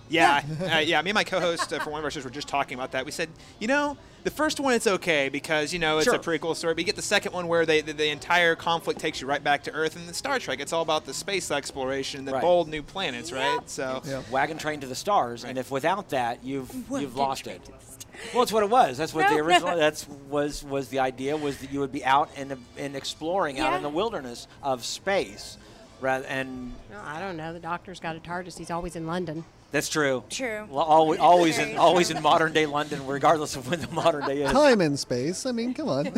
Speaker 4: yeah, uh, yeah. Me and my co-host uh, for one of our shows were just talking about that. We said, you know, the first one it's okay because you know it's a
Speaker 1: Sure.
Speaker 4: prequel story. But you get the second one where they, the, the entire conflict takes you right back to Earth, and then Star Trek it's all about the space exploration, the
Speaker 1: Right.
Speaker 4: bold new planets, right? So.
Speaker 5: Yeah.
Speaker 1: Wagon train to the stars, and
Speaker 4: Right.
Speaker 1: if without that, you've you've
Speaker 2: Wagon
Speaker 1: lost
Speaker 2: train
Speaker 1: it.
Speaker 2: to the stars.
Speaker 1: Well, it's what it was. That's what the
Speaker 2: No.
Speaker 1: original. That's was was the idea was that you would be out and and exploring out
Speaker 2: Yeah.
Speaker 1: in the wilderness of space, rather and
Speaker 6: No, I don't know. The doctor's got a TARDIS. He's always in London.
Speaker 1: that's true.
Speaker 2: True.
Speaker 1: Well, always always
Speaker 2: Very
Speaker 1: in always
Speaker 2: true.
Speaker 1: in modern day London, regardless of when the modern day is.
Speaker 5: Time and space. I mean, come on.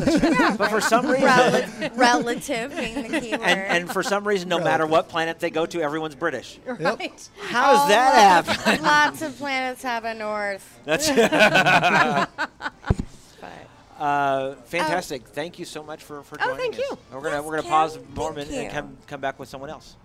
Speaker 1: But for some reason,
Speaker 2: Rel- relative being the key word.
Speaker 1: and, and for some reason, no matter what planet they go to, everyone's British.
Speaker 6: Right.
Speaker 1: How does that happen?
Speaker 2: Oh, Lots of planets have a north.
Speaker 1: That's
Speaker 2: But um,
Speaker 1: uh, fantastic. thank you so much for, for
Speaker 6: Oh,
Speaker 1: joining
Speaker 6: thank
Speaker 1: us.
Speaker 6: you.
Speaker 1: And We're gonna
Speaker 2: Yes,
Speaker 1: we're gonna
Speaker 2: Ken,
Speaker 1: pause a moment
Speaker 2: thank
Speaker 1: and
Speaker 2: you.
Speaker 1: come come back with someone else.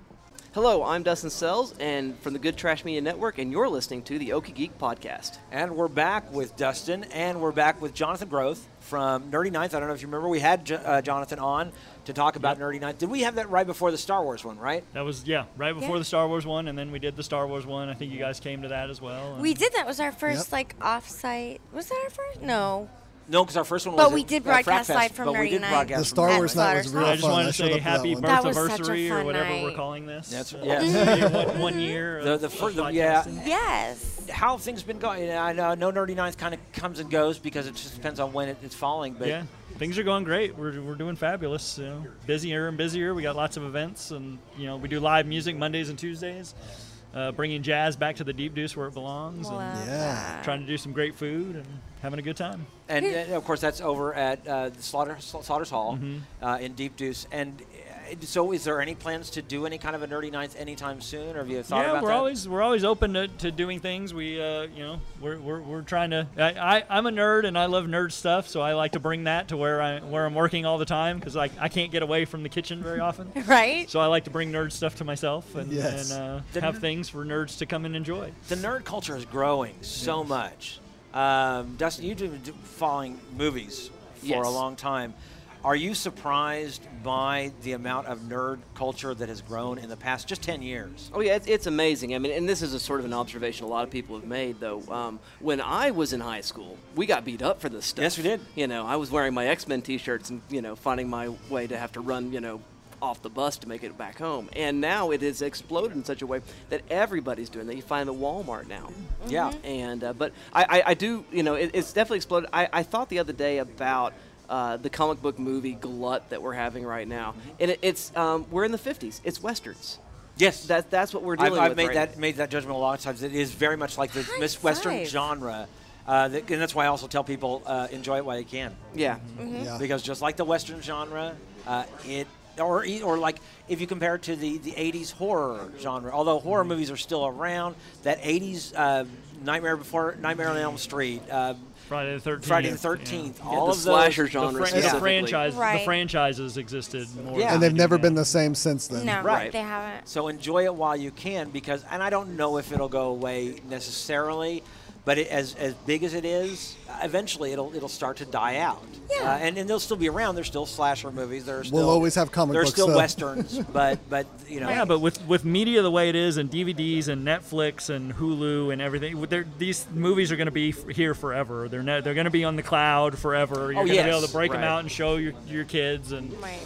Speaker 7: Hello, I'm Dustin Sells, and from the Good Trash Media Network, and you're listening to the Okie Geek Podcast.
Speaker 1: And we're back with Dustin, and we're back with Jonathan Groth from Nerdy Ninth. I don't know if you remember, we had J- uh, Jonathan on to talk about Nerdy Ninth. Did we have that right before the Star Wars one, right?
Speaker 8: That was yeah, right before
Speaker 2: Yeah.
Speaker 8: the Star Wars one, and then we did the Star Wars one. I think you guys came to that as well. and-
Speaker 2: we did that. Was our first
Speaker 5: Yep.
Speaker 2: like offsite? Was that our first? No.
Speaker 1: No, because our first one
Speaker 2: But
Speaker 1: was.
Speaker 2: we
Speaker 1: at-
Speaker 2: did
Speaker 1: at
Speaker 2: broadcast
Speaker 1: Frack
Speaker 2: live
Speaker 1: Fest,
Speaker 2: from
Speaker 1: but we did
Speaker 2: Nerdy Ninth.
Speaker 1: broadcast
Speaker 5: the
Speaker 1: from
Speaker 5: Star
Speaker 1: Nerdy
Speaker 2: At
Speaker 5: Wars
Speaker 1: Ninth.
Speaker 5: night was
Speaker 2: Slaughter's
Speaker 5: real
Speaker 8: I
Speaker 2: Hall.
Speaker 5: fun.
Speaker 8: just wanted to
Speaker 5: I showed
Speaker 8: say
Speaker 5: up for that
Speaker 8: happy
Speaker 5: one.
Speaker 2: That was such a
Speaker 8: birthiversary or
Speaker 2: fun
Speaker 8: whatever
Speaker 2: night.
Speaker 8: we're calling this.
Speaker 1: That's-
Speaker 8: Uh,
Speaker 1: yeah.
Speaker 8: your one, one year.
Speaker 1: The-
Speaker 8: of-
Speaker 1: the fir-
Speaker 8: of
Speaker 1: the- yeah.
Speaker 8: podcasting.
Speaker 2: Yes.
Speaker 1: How have things been going? I know, I know Nerdy Ninth kind of comes and goes because it just depends on when it, it's falling. But
Speaker 8: yeah, things are going great. We're, we're doing fabulous. You know, busier and busier. We got lots of events, and you know, we do live music Mondays and Tuesdays, uh, bringing jazz back to the deep deuce where it belongs,
Speaker 2: Love
Speaker 5: Yeah.
Speaker 8: and
Speaker 2: that.
Speaker 8: trying to do some great food and having a good time.
Speaker 1: and, and of course that's over at uh, the Slaughter, Sla- Slaughter's Hall
Speaker 8: Mm-hmm.
Speaker 1: uh, in Deep Deuce. And uh, so, is there any plans to do any kind of a Nerdy Ninth anytime soon, or have you thought
Speaker 8: yeah,
Speaker 1: about
Speaker 8: we're
Speaker 1: that?
Speaker 8: always we're always open to, to doing things. We uh, you know we're, we're, we're trying to. I, I I'm a nerd and I love nerd stuff, so I like to bring that to where I where I'm working all the time because I I can't get away from the kitchen very often.
Speaker 2: Right.
Speaker 8: So I like to bring nerd stuff to myself and,
Speaker 5: Yes.
Speaker 8: and uh,
Speaker 1: The
Speaker 8: have
Speaker 1: ner-
Speaker 8: things for nerds to come and enjoy.
Speaker 1: the nerd culture is growing so much. Um, Dustin, you've been d- following movies for
Speaker 7: Yes.
Speaker 1: a long time. Are you surprised by the amount of nerd culture that has grown in the past just 10 years?
Speaker 7: Oh yeah, it's, it's amazing. I mean, and this is a sort of an observation a lot of people have made though. Um, when I was in high school, we got beat up for this stuff.
Speaker 1: Yes, we did.
Speaker 7: You know, I was wearing my X Men T-shirts and you know finding my way to have to run you know off the bus to make it back home. And now it has exploded in such a way that everybody's doing that. You find the Walmart now.
Speaker 1: Yeah.
Speaker 7: And uh, but I, I, I do you know it, it's definitely exploded. I, I thought the other day about. Uh, the comic book movie glut that we're having right now,
Speaker 1: Mm-hmm.
Speaker 7: and it, it's um, we're in the 50s. It's westerns.
Speaker 1: Yes.
Speaker 7: That, that's what we're dealing
Speaker 1: I've, I've
Speaker 7: with
Speaker 1: made
Speaker 7: right
Speaker 1: that made that judgment a lot of times. It is very much like the
Speaker 2: High
Speaker 1: Miss Western
Speaker 2: five.
Speaker 1: genre Uh, that, and that's why I also tell people uh, enjoy it while you can,
Speaker 7: Yeah.
Speaker 2: Mm-hmm.
Speaker 8: Mm-hmm.
Speaker 5: Yeah.
Speaker 1: because just like the Western genre, uh, it or e- or like if you compare it to the, the 80s horror genre, although horror
Speaker 7: Mm-hmm.
Speaker 1: movies are still around, that 80s uh, Nightmare Before Nightmare on Elm Street, uh,
Speaker 8: Friday the Thirteenth.
Speaker 1: Friday the 13th, all
Speaker 7: the
Speaker 1: of
Speaker 7: slasher
Speaker 1: those,
Speaker 7: genre
Speaker 8: The,
Speaker 1: Yeah.
Speaker 7: specifically.
Speaker 8: franchise,
Speaker 2: Right.
Speaker 8: the franchises existed more. than
Speaker 1: Yeah. And
Speaker 5: And
Speaker 8: they
Speaker 5: they've
Speaker 8: do
Speaker 5: never
Speaker 8: now.
Speaker 5: been the same since then.
Speaker 2: No,
Speaker 1: Right.
Speaker 2: they haven't.
Speaker 1: So enjoy it while you can, because and I don't know if it'll go away necessarily, but it, as as big as it is, eventually it'll it'll start to die out.
Speaker 2: Yeah.
Speaker 1: Uh, and and they'll still be around. There's still slasher movies. There's
Speaker 5: We'll
Speaker 1: still,
Speaker 5: always have comic
Speaker 1: There's
Speaker 5: books,
Speaker 1: still
Speaker 5: though.
Speaker 1: westerns, but but you know.
Speaker 8: Yeah, but with, with media the way it is, and DVDs and Netflix and Hulu and everything, with their- these movies are going to be f- here forever. They're ne- they're going to be on the cloud forever. You're going
Speaker 1: Oh,
Speaker 8: to be able
Speaker 1: yes,
Speaker 8: to break
Speaker 1: right.
Speaker 8: them out and show your, your kids, and
Speaker 2: Right.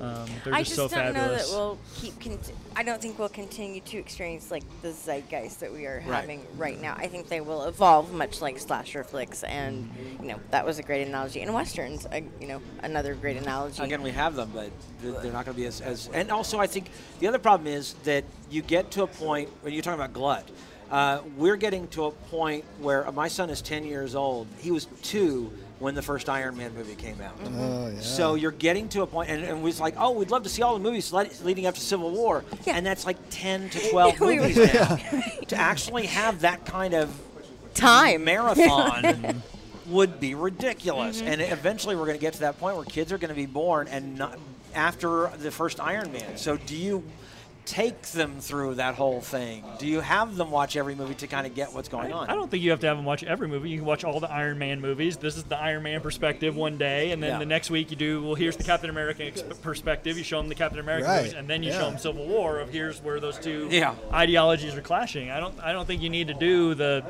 Speaker 8: um, they're just,
Speaker 2: I just
Speaker 8: so
Speaker 2: don't
Speaker 8: fabulous.
Speaker 2: know that we'll keep. Conti- I don't think we'll continue to experience like the zeitgeist that we are
Speaker 1: Right.
Speaker 2: having right now. I think they will evolve, much like slasher flicks, and you know that was a great analogy. And westerns, uh, you know, another great analogy.
Speaker 1: Again, we have them, but th- they're not going to be as, as. And also, I think the other problem is that you get to a point when you're talking about glut. Uh, we're getting to a point where uh, my son is 10 years old. He was two when the first Iron Man movie came out.
Speaker 5: Oh, yeah.
Speaker 1: So you're getting to a point, and, and it's like, oh, we'd love to see all the movies le- leading up to Civil War,
Speaker 2: Yeah.
Speaker 1: and that's like 10 to 12
Speaker 2: We were-
Speaker 1: movies now. To actually have that kind of
Speaker 2: Time.
Speaker 1: marathon would be ridiculous,
Speaker 2: Mm-hmm.
Speaker 1: and eventually we're going to get to that point where kids are going to be born and not after the first Iron Man. So do you? Take them through that whole thing. Do you have them watch every movie to kind of get what's going on?
Speaker 8: I don't think you have to have them watch every movie. You can watch all the Iron Man movies. This is the Iron Man perspective one day, and then
Speaker 1: Yeah.
Speaker 8: the next week you do. Well, here's the Captain America ex- perspective. You show them the Captain America
Speaker 5: Right.
Speaker 8: movies, and then you show
Speaker 5: Yeah.
Speaker 8: 'em show them Civil War. Of here's where those two
Speaker 1: Yeah.
Speaker 8: ideologies are clashing. I don't. I don't think you need to do the.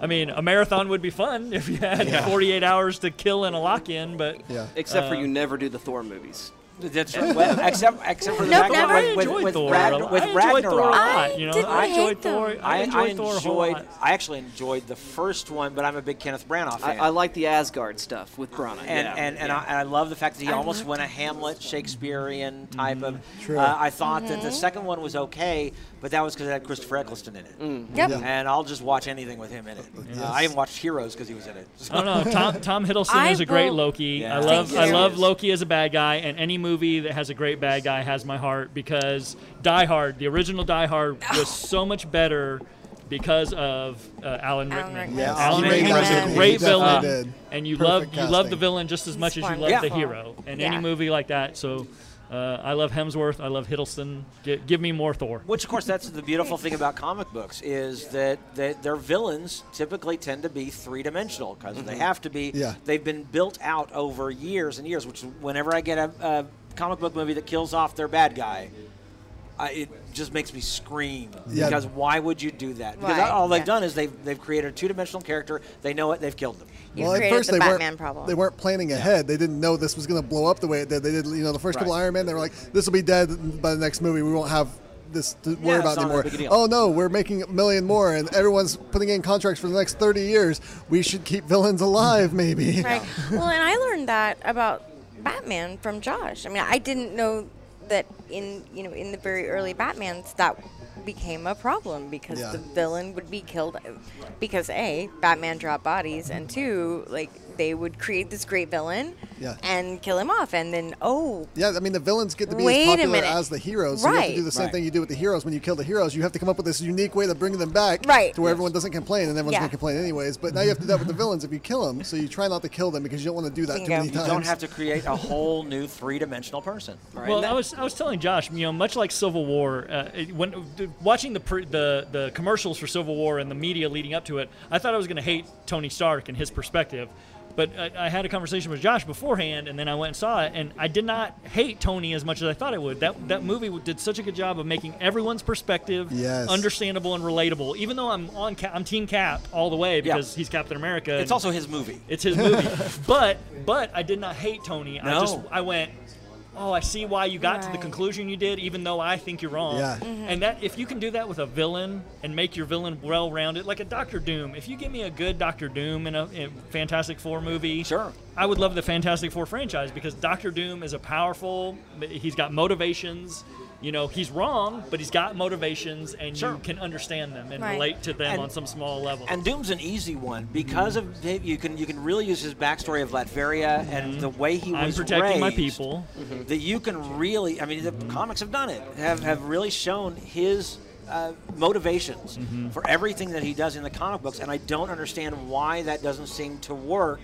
Speaker 8: I mean, a marathon would be fun if you had 48 hours to kill in a lock-in, but uh,
Speaker 5: Yeah.
Speaker 7: Except
Speaker 1: Uh,
Speaker 7: for you never do the Thor movies.
Speaker 1: That's well, except except for the
Speaker 2: Nope,
Speaker 1: fact
Speaker 2: never. I
Speaker 1: that with,
Speaker 8: enjoyed
Speaker 1: with, with,
Speaker 8: Thor.
Speaker 1: Ragn-
Speaker 8: I
Speaker 1: with
Speaker 8: enjoyed
Speaker 1: Ragnarok.
Speaker 8: Thor a
Speaker 2: I
Speaker 8: lot. You know,
Speaker 2: didn't
Speaker 8: I enjoyed
Speaker 2: hate
Speaker 8: Thor.
Speaker 2: them.
Speaker 8: I
Speaker 1: I,
Speaker 8: enjoyed,
Speaker 1: I
Speaker 8: Thor a whole
Speaker 1: enjoyed.
Speaker 8: lot.
Speaker 1: I actually enjoyed the first one, but I'm a big Kenneth Branagh fan.
Speaker 7: I, I like the Asgard stuff with Brana.
Speaker 1: and,
Speaker 7: yeah.
Speaker 1: and, and, I, and I love the fact that he
Speaker 2: I
Speaker 1: almost
Speaker 2: loved
Speaker 1: went a Hamlet Shakespearean type of.
Speaker 5: True.
Speaker 1: Uh, I thought that the second one was okay, but that was because it had Christopher Eccleston in it.
Speaker 2: Yep.
Speaker 5: Yeah.
Speaker 1: And I'll just watch anything with him in it. Uh, I even watched Heroes because he was in it. So-
Speaker 8: I don't know. Tom, Tom Hiddleston
Speaker 2: I
Speaker 8: is a great
Speaker 2: will-
Speaker 8: Loki.
Speaker 1: Yeah.
Speaker 8: I love
Speaker 2: Thank
Speaker 8: I
Speaker 2: you.
Speaker 8: love Loki as a bad guy, and any movie that has a great bad guy has my heart because Die Hard, the original Die Hard, was so much better because of uh, Alan
Speaker 2: Alan
Speaker 8: Rickman.
Speaker 2: Rickman.
Speaker 5: Yeah,
Speaker 8: Alan
Speaker 5: Alan
Speaker 8: Rickman was a
Speaker 2: Rickman.
Speaker 5: He
Speaker 8: great
Speaker 5: definitely
Speaker 8: villain,
Speaker 5: did.
Speaker 8: and you
Speaker 5: Perfect
Speaker 8: love you love the
Speaker 5: casting.
Speaker 8: villain just as much as you love
Speaker 1: Yeah.
Speaker 8: the hero. And any
Speaker 2: Yeah.
Speaker 8: movie like that, so. Uh, I love Hemsworth. I love Hiddleston. G- give me more Thor.
Speaker 1: Which, of course, that's the beautiful thing about comic books is that, that their villains typically tend to be three dimensional because they have to be.
Speaker 5: Mm-hmm. Yeah.
Speaker 1: They've been built out over years and years. Which, whenever I get a, a comic book movie that kills off their bad guy, I, it just makes me scream
Speaker 5: Yeah.
Speaker 1: because why would you do that? Because
Speaker 2: Right,
Speaker 1: all they've
Speaker 2: yeah.
Speaker 1: done is they've they've created a two dimensional character. They know it. They've killed them.
Speaker 2: You
Speaker 5: well, at
Speaker 2: created
Speaker 5: first
Speaker 2: the
Speaker 5: they
Speaker 2: Batman
Speaker 5: weren't
Speaker 2: problem.
Speaker 5: they weren't planning ahead. They didn't know this was going to blow up the way it did. They did, you know, the first couple
Speaker 1: Right.
Speaker 5: Iron Man. They were like, "This will be dead by the next movie. We won't have this to worry
Speaker 1: it's
Speaker 5: about
Speaker 1: not that
Speaker 5: anymore."
Speaker 1: big a deal.
Speaker 5: Oh no, we're making a million more, and everyone's putting in contracts for the next thirty years. We should keep villains alive, maybe.
Speaker 2: Right. well, and I learned that about Batman from Josh. I mean, I didn't know that in you know in the very early Batman's that became a problem because
Speaker 5: Yeah.
Speaker 2: the villain would be killed because a Batman dropped bodies and two like they would create this great villain
Speaker 5: Yeah.
Speaker 2: and kill him off and then oh
Speaker 5: Yeah, I mean the villains get to be
Speaker 2: Wait a
Speaker 5: as popular
Speaker 2: minute.
Speaker 5: as the heroes. So you have to
Speaker 2: Right.
Speaker 5: do the same
Speaker 1: Right.
Speaker 5: thing you do with the heroes. When you kill the heroes, you have to come up with this unique way to bring them back
Speaker 2: Right.
Speaker 5: to where
Speaker 2: Yes.
Speaker 5: everyone doesn't complain and everyone's
Speaker 2: Yeah.
Speaker 5: gonna complain anyways. But now you have to do that with the villains if you kill them. So you try not to kill them because you don't want to do that too
Speaker 2: Bingo.
Speaker 5: many
Speaker 2: You
Speaker 1: You
Speaker 5: times.
Speaker 1: don't have to create a whole new three dimensional person.
Speaker 7: Right,
Speaker 8: Well,
Speaker 7: and
Speaker 8: I
Speaker 7: that-
Speaker 8: was I was telling Josh, you know, much like Civil War, uh, it- when d- watching the pre, the the commercials for Civil War and the media leading up to it, I thought I was going to hate Tony Stark and his perspective. But I, I had a conversation with Josh beforehand, and then I went and saw it, and I did not hate Tony as much as I thought I would. That that movie did such a good job of making everyone's perspective
Speaker 5: Yes.
Speaker 8: understandable and relatable. Even though I'm on Cap, I'm Team Cap all the way
Speaker 1: Yeah.
Speaker 8: because he's Captain America.
Speaker 1: It's
Speaker 8: and-
Speaker 1: also his movie.
Speaker 8: it's his movie. but but I did not hate Tony. I
Speaker 1: No.
Speaker 8: just I went, "Oh, I see why you got to the
Speaker 2: Right. Mm-hmm.
Speaker 8: conclusion you did even though I think you're wrong."
Speaker 5: Yeah.
Speaker 8: And that if you can do that with a villain and make your villain well-rounded like a Doctor Doom. If you give me a good Doctor Doom in a in Fantastic 4 movie,
Speaker 1: Sure.
Speaker 8: I would love the Fantastic Four franchise because Doctor Doom is a powerful. He's got motivations. you know, he's wrong, but he's got motivations, and
Speaker 1: Sure.
Speaker 8: you can understand them and
Speaker 2: Right.
Speaker 8: relate to them
Speaker 1: And-
Speaker 8: on some small level.
Speaker 1: And Doom's an easy one because of the, you can you can really use his backstory of Latveria and the way he
Speaker 8: Mm-hmm. I'm
Speaker 1: was
Speaker 8: protecting my
Speaker 1: raised, Mm-hmm.
Speaker 8: people.
Speaker 1: That you can really, I mean, the comics have done it. Have have really shown his. Uh, motivations for everything that he does in the comic books, and I don't understand why that doesn't seem to work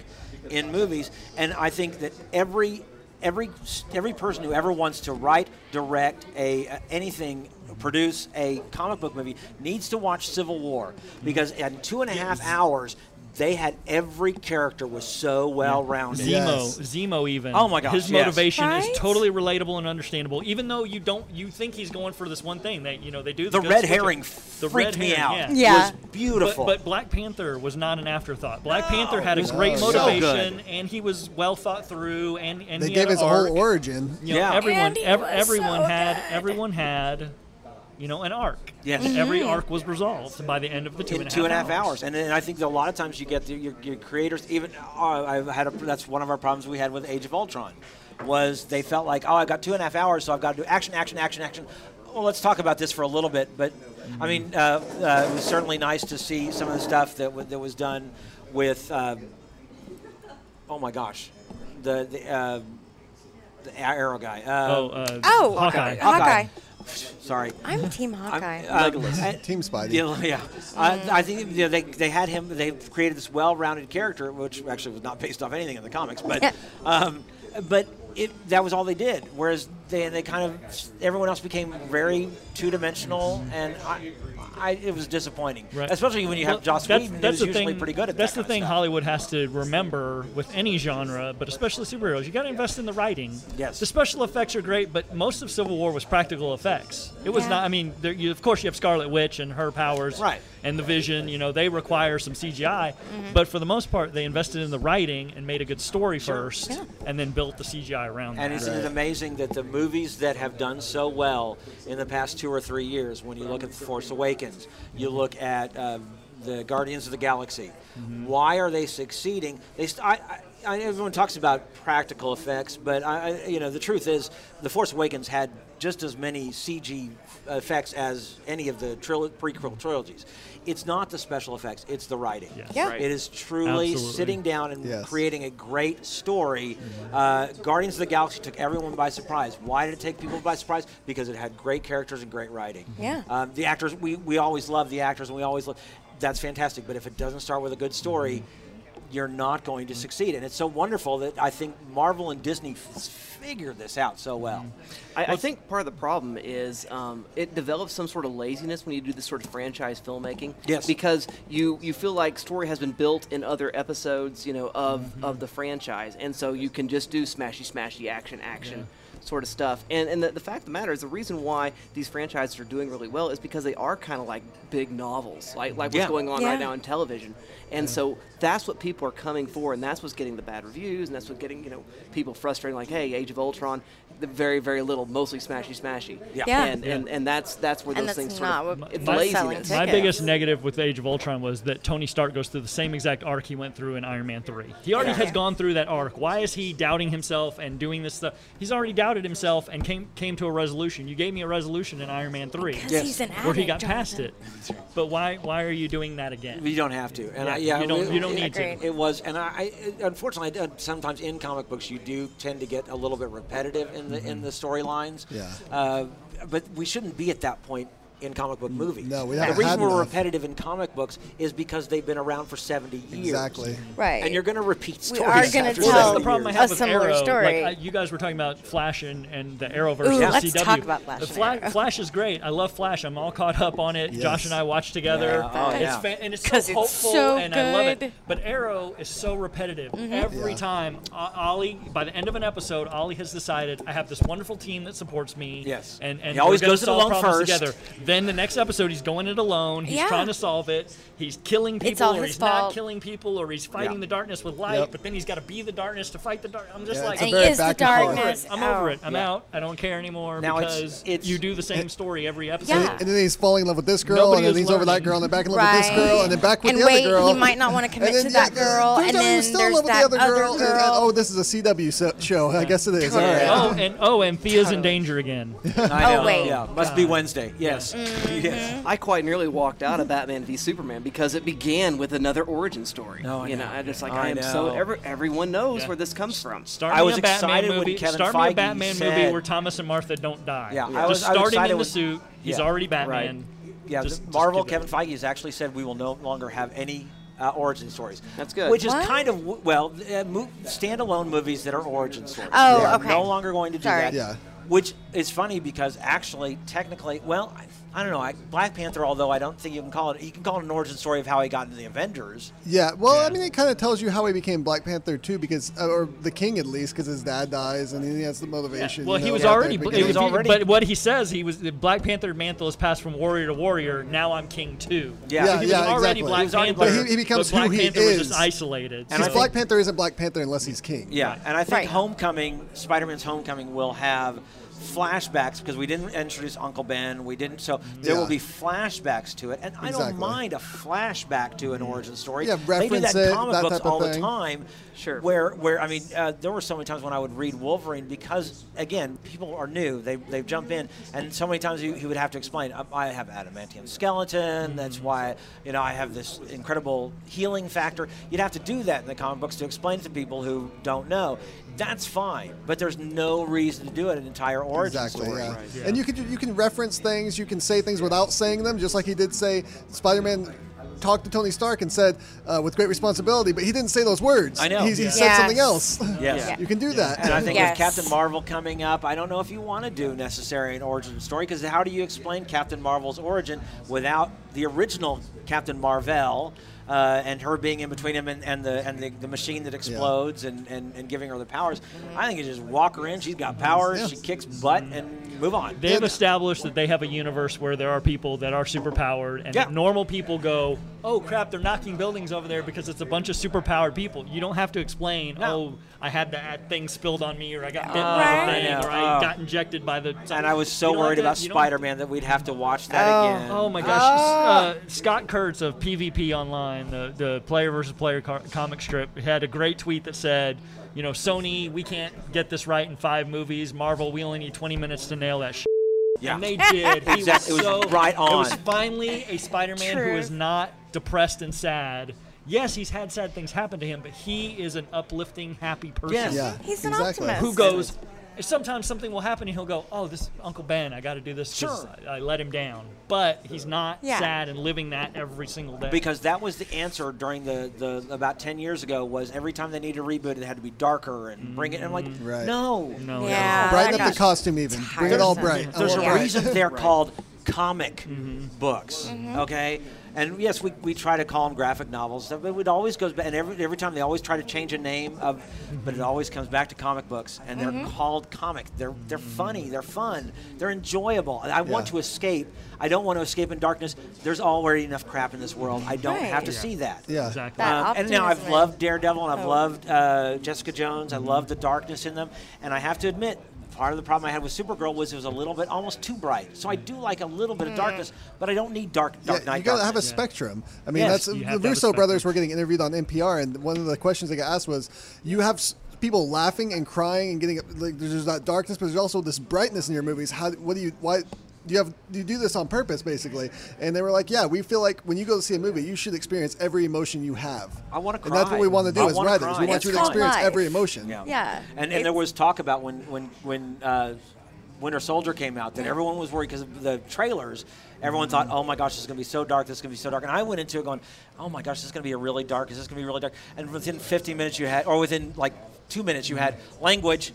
Speaker 1: in movies. And I think that every every every person who ever wants to write, direct a uh, anything, produce a comic book movie needs to watch Civil War because in two and a half hours they had every character was so well rounded.
Speaker 8: Zemo,
Speaker 5: Yes.
Speaker 8: Zemo, even.
Speaker 1: Oh my gosh,
Speaker 8: his
Speaker 1: yes.
Speaker 8: motivation
Speaker 2: Right?
Speaker 8: is totally relatable and understandable. Even though you don't, you think he's going for this one thing. That you know they do
Speaker 1: The
Speaker 8: good
Speaker 1: red
Speaker 8: switch-
Speaker 1: herring
Speaker 8: the
Speaker 1: freaked
Speaker 8: red
Speaker 1: me
Speaker 8: herring,
Speaker 1: out.
Speaker 2: Yeah.
Speaker 1: It was beautiful.
Speaker 8: But, but Black Panther was not an afterthought. Black Panther had a
Speaker 1: was
Speaker 8: great
Speaker 1: so good.
Speaker 8: motivation, and he was well thought through, and, and
Speaker 5: They
Speaker 8: he
Speaker 5: gave
Speaker 8: had
Speaker 5: his
Speaker 8: a arc.
Speaker 5: whole origin.
Speaker 8: You know,
Speaker 1: Yeah.
Speaker 8: everyone,
Speaker 2: And he
Speaker 8: ev-
Speaker 2: was
Speaker 8: everyone
Speaker 2: so
Speaker 8: had,
Speaker 2: good.
Speaker 8: everyone had, you know, an arc.
Speaker 1: Yes.
Speaker 8: And Every arc was resolved by the end of the two
Speaker 1: in
Speaker 8: and a half
Speaker 1: two and a half hours. And then I think that a lot of times you get the, your, your creators even. Uh, I've had a, that's one of our problems we had with Age of Ultron, was they felt like oh I've got two and a half hours, so I've got to do action, action, action, action. Well, let's talk about this for a little bit. But I mean, uh, uh, it was certainly nice to see some of the stuff that w- that was done with. Uh, oh my gosh, the the. Uh, the arrow guy. Uh,
Speaker 8: Oh, uh,
Speaker 2: Oh,
Speaker 8: Hawkeye.
Speaker 2: Hawkeye.
Speaker 1: Sorry.
Speaker 2: I'm Team Hawkeye.
Speaker 1: I'm- um, I-
Speaker 5: Team Spidey.
Speaker 1: Yeah, yeah. I, I think you know, they, they had him. They created this well-rounded character, which actually was not based off anything in the comics, but um, but it, that was all they did. Whereas they they kind of everyone else became very two-dimensional, and I, I it was disappointing,
Speaker 8: Right.
Speaker 1: especially when you have
Speaker 8: Well,
Speaker 1: Joss
Speaker 8: that's,
Speaker 1: Whedon,
Speaker 8: that's
Speaker 1: who's
Speaker 8: the
Speaker 1: usually
Speaker 8: thing,
Speaker 1: pretty good at
Speaker 8: That's
Speaker 1: that
Speaker 8: the
Speaker 1: kind
Speaker 8: thing
Speaker 1: of stuff.
Speaker 8: Hollywood has to remember with any genre, but especially superheroes. You got to invest in the writing.
Speaker 1: Yes.
Speaker 8: The special effects are great, but most of Civil War was practical effects. It was
Speaker 2: Yeah.
Speaker 8: not. I mean, there, you, of course, you have Scarlet Witch and her powers,
Speaker 1: Right.
Speaker 8: And the Vision. You know, they require some CGI,
Speaker 2: Mm-hmm.
Speaker 8: but for the most part, they invested in the writing and made a good story first,
Speaker 2: Yeah.
Speaker 8: and then built the CGI around.
Speaker 1: And
Speaker 8: that.
Speaker 1: isn't it amazing that the movies that have done so well in the past two or three years, when you look at The Force Awakens, you look at um, the Guardians of the Galaxy, Mm-hmm. why are they succeeding? They st- I, I, I, everyone talks about practical effects, but I, I, you know the truth is, The Force Awakens had just as many CG effects as any of the trilo- prequel trilogies. It's not the special effects; it's the writing.
Speaker 8: Yes.
Speaker 2: Yeah. Right.
Speaker 1: It is truly
Speaker 8: Absolutely. Mm-hmm.
Speaker 1: sitting down and
Speaker 5: Yes.
Speaker 1: creating creating a great story. Uh, Guardians of the Galaxy took everyone by surprise. Why did it take people by surprise? Because it had great characters and great writing.
Speaker 2: Yeah.
Speaker 1: Um, the actors, we, we always love the actors and we always love, that's fantastic. But if it doesn't start with a good story, you're not going to succeed. And it's so wonderful that I think Marvel and Disney f- figured this out so well.
Speaker 7: I, I think part of the problem is um, it develops some sort of laziness when you do this sort of franchise filmmaking.
Speaker 1: Yes.
Speaker 7: Because you, you feel like story has been built in other episodes, you know, of, of the franchise, and so you can just do smashy, smashy action, action. Sort of stuff, and and the, the fact of the matter is the reason why these franchises are doing really well is because they are kind of like big novels, like like what's
Speaker 1: Yeah.
Speaker 7: going on
Speaker 2: Yeah.
Speaker 7: right now in television, and so that's what people are coming for, and that's what's getting the bad reviews, and that's what's getting you know people frustrated, like hey, Age of Ultron, the very very little, mostly smashy smashy,
Speaker 1: Yeah.
Speaker 2: Yeah.
Speaker 7: and and, and that's that's where
Speaker 2: And
Speaker 7: those
Speaker 2: that's
Speaker 7: things
Speaker 2: not
Speaker 7: sort of
Speaker 2: what
Speaker 7: it's
Speaker 2: my-
Speaker 7: laziness.
Speaker 2: selling
Speaker 8: My
Speaker 2: tickets.
Speaker 8: biggest negative with Age of Ultron was that Tony Stark goes through the same exact arc he went through in Iron Man 3. He already has gone through that arc. Why is he doubting himself and doing this stuff? He's already doubted himself and came came to a resolution. You gave me a resolution in Iron Man 3
Speaker 2: Because he's an addict,
Speaker 8: where he got past
Speaker 2: Jonathan.
Speaker 8: it. But why why are you doing that again?
Speaker 1: You don't have to, and I,
Speaker 8: Yeah,
Speaker 1: yeah
Speaker 8: you don't-
Speaker 1: it-
Speaker 8: you don't
Speaker 1: it-
Speaker 8: need
Speaker 2: to. Agreed.
Speaker 1: It was, and I, I unfortunately I did- sometimes in comic books you do tend to get a little bit repetitive in the in the storylines.
Speaker 5: Yeah.
Speaker 1: Uh, but we shouldn't be at that point in comic book movies.
Speaker 5: No, we
Speaker 1: The
Speaker 5: haven't
Speaker 1: reason
Speaker 5: had
Speaker 1: we're
Speaker 5: enough.
Speaker 1: repetitive in comic books is because they've been around for seventy years.
Speaker 5: Exactly.
Speaker 2: Right.
Speaker 1: And you're going to repeat
Speaker 2: We
Speaker 1: stories.
Speaker 2: are gonna
Speaker 1: after
Speaker 8: Well, that's the
Speaker 1: 70
Speaker 8: problem I
Speaker 1: years.
Speaker 8: have
Speaker 2: a
Speaker 8: with
Speaker 2: similar
Speaker 8: Arrow.
Speaker 2: story.
Speaker 8: Like, I, you guys were talking about Flash and, and the Arrowverse.
Speaker 2: Ooh,
Speaker 8: and
Speaker 2: let's
Speaker 8: CW.
Speaker 2: talk about Flash
Speaker 8: The
Speaker 2: and
Speaker 8: Fla-
Speaker 2: Arrow.
Speaker 8: Flash is great. I love Flash. I'm all caught up on it. Josh
Speaker 5: Yes.
Speaker 8: and I watch together.
Speaker 1: Yeah. Oh,
Speaker 8: it's
Speaker 1: yeah.
Speaker 8: fa- and it's
Speaker 2: 'Cause
Speaker 8: so
Speaker 2: it's
Speaker 8: hopeful,
Speaker 2: so
Speaker 8: and I love
Speaker 2: good. Mm-hmm.
Speaker 8: it. But Arrow is so repetitive. Every
Speaker 5: Yeah.
Speaker 8: time, O- Ollie, by the end of an episode, Ollie has decided I have this wonderful team that supports me.
Speaker 1: Yes.
Speaker 8: and and
Speaker 1: He always
Speaker 8: we're gonna
Speaker 1: goes to the
Speaker 8: solve
Speaker 1: lung
Speaker 8: problems
Speaker 1: first.
Speaker 8: together. Then the next episode, he's going it alone. He's
Speaker 2: Yeah.
Speaker 8: trying to solve it. He's killing people,
Speaker 2: It's all
Speaker 8: or
Speaker 2: his
Speaker 8: he's not
Speaker 2: fault.
Speaker 8: killing people, or he's fighting
Speaker 3: Yeah.
Speaker 8: the darkness with light.
Speaker 5: Yep.
Speaker 8: But then he's got to be the darkness to fight the dark. I'm just
Speaker 5: Yeah,
Speaker 8: like,
Speaker 5: it's a
Speaker 2: And
Speaker 5: very
Speaker 2: it is the
Speaker 5: back and forth.
Speaker 2: darkness.
Speaker 8: I'm
Speaker 2: Oh.
Speaker 8: over it. I'm out. I don't care anymore
Speaker 1: Now it's-
Speaker 8: because
Speaker 1: it's-
Speaker 8: you do the same story every episode.
Speaker 2: Yeah.
Speaker 5: And then he's falling in love with this girl,
Speaker 8: Nobody
Speaker 5: and then
Speaker 8: is
Speaker 5: he's over that
Speaker 8: learning.
Speaker 5: girl, and then back in love
Speaker 2: Right.
Speaker 5: with this girl, and then back with
Speaker 2: and
Speaker 5: the
Speaker 2: wait,
Speaker 5: other girl.
Speaker 2: he might not want to commit
Speaker 5: And then,
Speaker 2: to
Speaker 5: yeah,
Speaker 2: that girl,
Speaker 5: turns
Speaker 2: and
Speaker 5: out he
Speaker 2: then
Speaker 5: was still in
Speaker 2: there's
Speaker 5: love with
Speaker 2: that
Speaker 5: the other girl. and- and, oh,
Speaker 2: girl.
Speaker 5: this is a CW so- show. I guess it is. All right.
Speaker 8: Oh, and oh, and Thea's in danger again.
Speaker 1: I know.
Speaker 2: Oh, wait. Mm-hmm.
Speaker 1: Yeah, must be Wednesday. Yes. Yes.
Speaker 7: I quite nearly walked out of Batman v Superman because it began with another origin story.
Speaker 1: No, I
Speaker 7: you know,
Speaker 1: know.
Speaker 7: I just like
Speaker 1: I
Speaker 7: I, am so
Speaker 1: know.
Speaker 7: every, everyone knows
Speaker 8: Yeah.
Speaker 7: where this comes from.
Speaker 8: Start
Speaker 1: I
Speaker 8: me
Speaker 1: was
Speaker 8: a Batman
Speaker 1: excited when
Speaker 8: movie.
Speaker 1: Kevin
Speaker 8: Start me
Speaker 1: Feige
Speaker 8: a Batman movie
Speaker 1: said-
Speaker 8: where Thomas and Martha don't die.
Speaker 1: Yeah, I was-
Speaker 8: just
Speaker 1: I was
Speaker 8: starting
Speaker 1: excited
Speaker 8: in the
Speaker 1: when-
Speaker 8: suit. He's
Speaker 1: yeah.
Speaker 8: already Batman.
Speaker 1: Yeah,
Speaker 8: Just-
Speaker 1: the-
Speaker 8: just
Speaker 1: Marvel,
Speaker 8: give it.
Speaker 1: Kevin Feige has actually said we will no longer have any uh, origin stories.
Speaker 7: That's good.
Speaker 1: Which is
Speaker 2: What?
Speaker 1: kind of, w- well, uh, mo- standalone movies that are origin stories.
Speaker 2: Oh,
Speaker 1: They're
Speaker 2: okay.
Speaker 1: No longer going to do
Speaker 2: Sorry.
Speaker 1: that.
Speaker 5: Yeah.
Speaker 1: Which is funny because actually, technically, well, I, I don't know. I, Black Panther, although I don't think you can call it, you can call it an origin story of how he got into the Avengers.
Speaker 5: Yeah, well,
Speaker 8: Yeah.
Speaker 5: I mean, it kind of tells you how he became Black Panther too, because uh, or the king at least, because his dad dies and he has the motivation.
Speaker 8: Well,
Speaker 5: you
Speaker 8: he
Speaker 5: know,
Speaker 8: was
Speaker 5: at the
Speaker 8: already.
Speaker 5: beginning.
Speaker 8: He was
Speaker 1: was already-
Speaker 8: But what he says, he was the Black Panther mantle is passed from warrior to warrior. Now I'm king too.
Speaker 1: Yeah.
Speaker 8: So he was
Speaker 5: Yeah, exactly.
Speaker 8: already Black
Speaker 5: He
Speaker 1: was already
Speaker 8: Panther.
Speaker 1: Black- But
Speaker 5: he- he becomes
Speaker 8: but Black
Speaker 5: who he
Speaker 8: Panther was
Speaker 5: is.
Speaker 8: just isolated.
Speaker 1: And I
Speaker 5: Because
Speaker 1: think-
Speaker 8: so-
Speaker 5: Black Panther isn't Black Panther unless he's king.
Speaker 1: Yeah, and I think
Speaker 2: Right.
Speaker 1: Homecoming, Spider-Man's Homecoming, will have flashbacks because we didn't introduce Uncle Ben. We didn't, so there
Speaker 5: Yeah.
Speaker 1: will be flashbacks to it, and I
Speaker 5: Exactly.
Speaker 1: don't mind a flashback to an origin story.
Speaker 5: Yeah,
Speaker 1: they do
Speaker 5: reference
Speaker 1: that
Speaker 5: it,
Speaker 1: in comic
Speaker 5: that
Speaker 1: books
Speaker 5: type of
Speaker 1: all the
Speaker 5: thing.
Speaker 1: time.
Speaker 7: Sure.
Speaker 1: Where, where I mean, uh, there were so many times when I would read Wolverine because, again, people are new. They they jump in, and so many times he, he would have to explain. "Um, I, I have adamantium skeleton. That's why you know I have this incredible healing factor. You'd have to do that in the comic books to explain to people who don't know. That's fine, but there's no reason to do it an entire origin
Speaker 5: Exactly.
Speaker 1: story.
Speaker 5: Yeah. And you can you can reference things, you can say things without saying them, just like he did say Spider-Man talked to Tony Stark and said uh, with great responsibility, but he didn't say those words.
Speaker 1: I know.
Speaker 5: He's, He
Speaker 1: Yeah.
Speaker 5: said
Speaker 2: Yes.
Speaker 5: something else.
Speaker 1: Yes.
Speaker 2: Yeah.
Speaker 5: you can do that.
Speaker 1: And I think with
Speaker 2: Yes.
Speaker 1: Captain Marvel coming up, I don't know if you want to do necessary an origin story because how do you explain Captain Marvel's origin without the original Captain Marvel uh, and her being in between him and, and the and the, the machine that explodes and, and, and giving her the powers? I think you just walk her in. She's got powers. She kicks butt and move on.
Speaker 8: They've
Speaker 5: And-
Speaker 8: established that they have a universe where there are people that are superpowered, and
Speaker 1: Yeah.
Speaker 8: normal people go, "Oh crap, they're knocking buildings over there because it's a bunch of superpowered people." You don't have to explain,
Speaker 1: No.
Speaker 8: "Oh, I had that thing spilled on me, or I got bit by
Speaker 2: Right.
Speaker 8: the thing,
Speaker 1: I know.
Speaker 8: or I
Speaker 1: Oh.
Speaker 8: got injected by the."
Speaker 1: and I was
Speaker 8: You
Speaker 1: so
Speaker 8: don't have
Speaker 1: worried
Speaker 8: to-
Speaker 1: about
Speaker 8: you don't have to-
Speaker 1: Spider-Man that we'd have to watch that
Speaker 2: Oh.
Speaker 1: again.
Speaker 8: Oh my gosh, uh, Scott Kurtz of PvP Online, the, the player versus player car- comic strip, had a great tweet that said, you know, Sony, we can't get this right in five movies. Marvel, we only need 20 minutes to nail that. Sh-.
Speaker 1: Yeah.
Speaker 8: And they did. He
Speaker 1: Exactly.
Speaker 8: was
Speaker 1: It was
Speaker 8: so-
Speaker 1: right
Speaker 8: It was
Speaker 1: on.
Speaker 8: finally a Spider-Man who
Speaker 2: True.
Speaker 8: is not depressed and sad. Yes, he's had sad things happen to him, but he is an uplifting, happy person
Speaker 1: Yes.
Speaker 5: yeah.
Speaker 2: He's an
Speaker 5: exactly.
Speaker 2: optimist.
Speaker 8: who goes sometimes something will happen and he'll go oh this uncle ben i got to do this 'cause
Speaker 1: Sure.
Speaker 8: I, I let him down but he's not
Speaker 2: Yeah.
Speaker 8: sad and living that every single day
Speaker 1: because that was the answer during the, the about 10 years ago was every time they needed a reboot it had to be darker and bring it and I'm like
Speaker 5: Right.
Speaker 1: no
Speaker 8: no no.
Speaker 2: Yeah.
Speaker 5: Mm. Brighten
Speaker 2: I
Speaker 5: up
Speaker 2: got
Speaker 5: the costume even. Bring it all bright. I
Speaker 1: there's
Speaker 5: want
Speaker 1: a
Speaker 5: bright.
Speaker 1: reason they're called comic books okay and yes we, we try to call them graphic novels and stuff, but it always goes back and every, every time they always try to change a name of but it always comes back to comic books and they're called comic they're they're funny they're fun they're enjoyable And I want
Speaker 5: Mm. Yeah.
Speaker 1: to escape I don't want to escape in darkness there's already enough crap in this world I don't have
Speaker 2: Right.
Speaker 1: to see that
Speaker 5: Yeah.
Speaker 8: exactly
Speaker 2: That
Speaker 1: Um, and now I've
Speaker 2: optimism.
Speaker 1: loved Daredevil and I've
Speaker 2: Oh.
Speaker 1: loved uh, Jessica Jones. I
Speaker 5: Mm-hmm.
Speaker 1: love the darkness in them. And I have to admit, part of the problem I had with Supergirl was it was a little bit almost too bright. So I do like a little bit of
Speaker 2: Mm.
Speaker 1: darkness, but I don't need dark, dark
Speaker 5: yeah,
Speaker 1: night.
Speaker 5: you gotta have a
Speaker 1: darkness.
Speaker 5: spectrum. I mean,
Speaker 1: Yes,
Speaker 8: you
Speaker 5: that's
Speaker 8: have
Speaker 5: the
Speaker 8: to have a
Speaker 5: Russo brothers
Speaker 8: spectrum.
Speaker 5: were getting interviewed on NPR, and one of the questions they got asked was, "You have s- people laughing and crying and getting like there's that darkness, but there's also this brightness in your movies. How? What do you? Why?" do You have do you do this on purpose, basically, and they were like, "Yeah, we feel like when you go to see a movie, you should experience every emotion you have."
Speaker 1: I wanna
Speaker 5: and that's what
Speaker 1: cry.
Speaker 5: we want to do
Speaker 1: I
Speaker 5: as
Speaker 1: wanna
Speaker 5: writers.
Speaker 1: cry.
Speaker 5: We want
Speaker 1: It's
Speaker 5: you to
Speaker 1: called
Speaker 5: experience
Speaker 2: life.
Speaker 5: every emotion.
Speaker 1: Yeah.
Speaker 2: Yeah.
Speaker 1: And, and there
Speaker 2: It's-
Speaker 1: was talk about when when when uh, Winter Soldier came out that everyone was worried because of the trailers. Everyone thought, "Oh my gosh, this is going to be so dark. This is going to be so dark." And I went into it going, "Oh my gosh, this is going to be really dark. Is this going to be really dark?" And within 15 minutes, you had, or within like two minutes, you had language.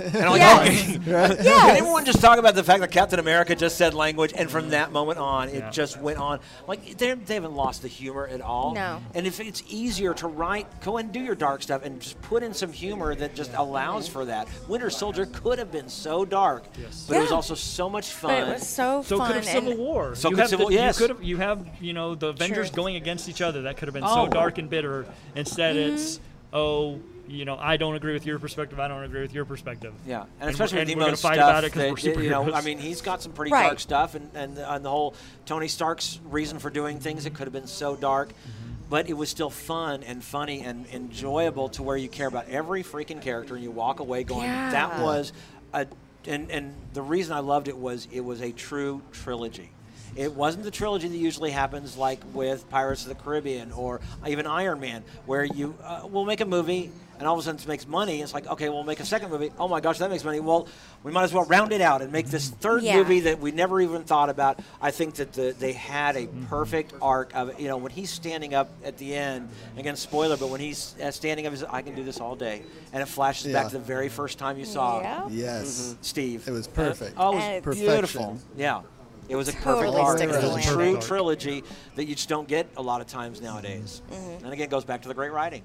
Speaker 1: And I'm like,
Speaker 6: Yes.
Speaker 1: okay. Can
Speaker 6: Yes.
Speaker 1: everyone just talk about the fact that Captain America just said language, and from that moment on, it just went on. Like they they haven't lost the humor at all.
Speaker 2: No.
Speaker 1: And if it's easier to write, go and do your dark stuff, and just put in some humor that just allows for that. Winter Soldier could have been so dark, but it was
Speaker 2: Yeah.
Speaker 1: also so much
Speaker 2: But
Speaker 1: fun.
Speaker 2: it was so,
Speaker 8: So
Speaker 2: fun.
Speaker 8: could have Civil
Speaker 2: and
Speaker 8: War.
Speaker 1: So
Speaker 8: you
Speaker 1: could
Speaker 8: have
Speaker 1: Civil-
Speaker 8: the,
Speaker 1: yes.
Speaker 8: You could have you have you know the Avengers
Speaker 2: True.
Speaker 8: going against each other. That could have been
Speaker 1: Oh.
Speaker 8: so dark and bitter. Instead,
Speaker 2: Mm-hmm.
Speaker 8: it's oh you know I don't agree with your perspective. I don't agree with your perspective.
Speaker 1: Yeah, and,
Speaker 8: we're-
Speaker 1: especially
Speaker 8: and
Speaker 1: with
Speaker 8: we're
Speaker 1: Nemo's
Speaker 8: gonna fight
Speaker 1: stuff
Speaker 8: about it because
Speaker 1: that,
Speaker 8: we're superheroes.
Speaker 1: You know, I mean, he's got some pretty
Speaker 2: Right.
Speaker 1: dark stuff, and, and and the whole Tony Stark's reason for doing things it could have been so dark,
Speaker 8: Mm-hmm.
Speaker 1: but it was still fun and funny and enjoyable to where you care about every freaking character and you walk away going, that
Speaker 2: Yeah.
Speaker 1: was a and and the reason I loved it was it was a true trilogy. It wasn't the trilogy that usually happens, like with Pirates of the Caribbean or even Iron Man, where you uh, we'll make a movie and all of a sudden it makes money. It's like okay, we'll make a second movie. Oh my gosh, that makes money. Well, we might as well round it out and make this third
Speaker 2: Yeah.
Speaker 1: movie that we never even thought about. I think that the, they had a
Speaker 5: Mm-hmm.
Speaker 1: perfect arc of you know when he's standing up at the end again spoiler, but when he's uh, standing up, he's I can do this all day, and it flashes back
Speaker 5: Yeah.
Speaker 1: to the very first time you saw
Speaker 2: Yeah.
Speaker 5: Yes.
Speaker 1: Steve.
Speaker 5: It was perfect.
Speaker 1: Oh, it
Speaker 2: And
Speaker 1: was
Speaker 5: it's-
Speaker 1: beautiful.
Speaker 5: Perfection.
Speaker 1: Yeah. It was a perfect
Speaker 2: Totally
Speaker 1: arc. It
Speaker 2: sticks to
Speaker 1: was a
Speaker 2: landing.
Speaker 1: true
Speaker 8: Perfect arc.
Speaker 1: trilogy that you just don't get a lot of times nowadays.
Speaker 2: Mm-hmm.
Speaker 1: And again, it goes back to the great writing.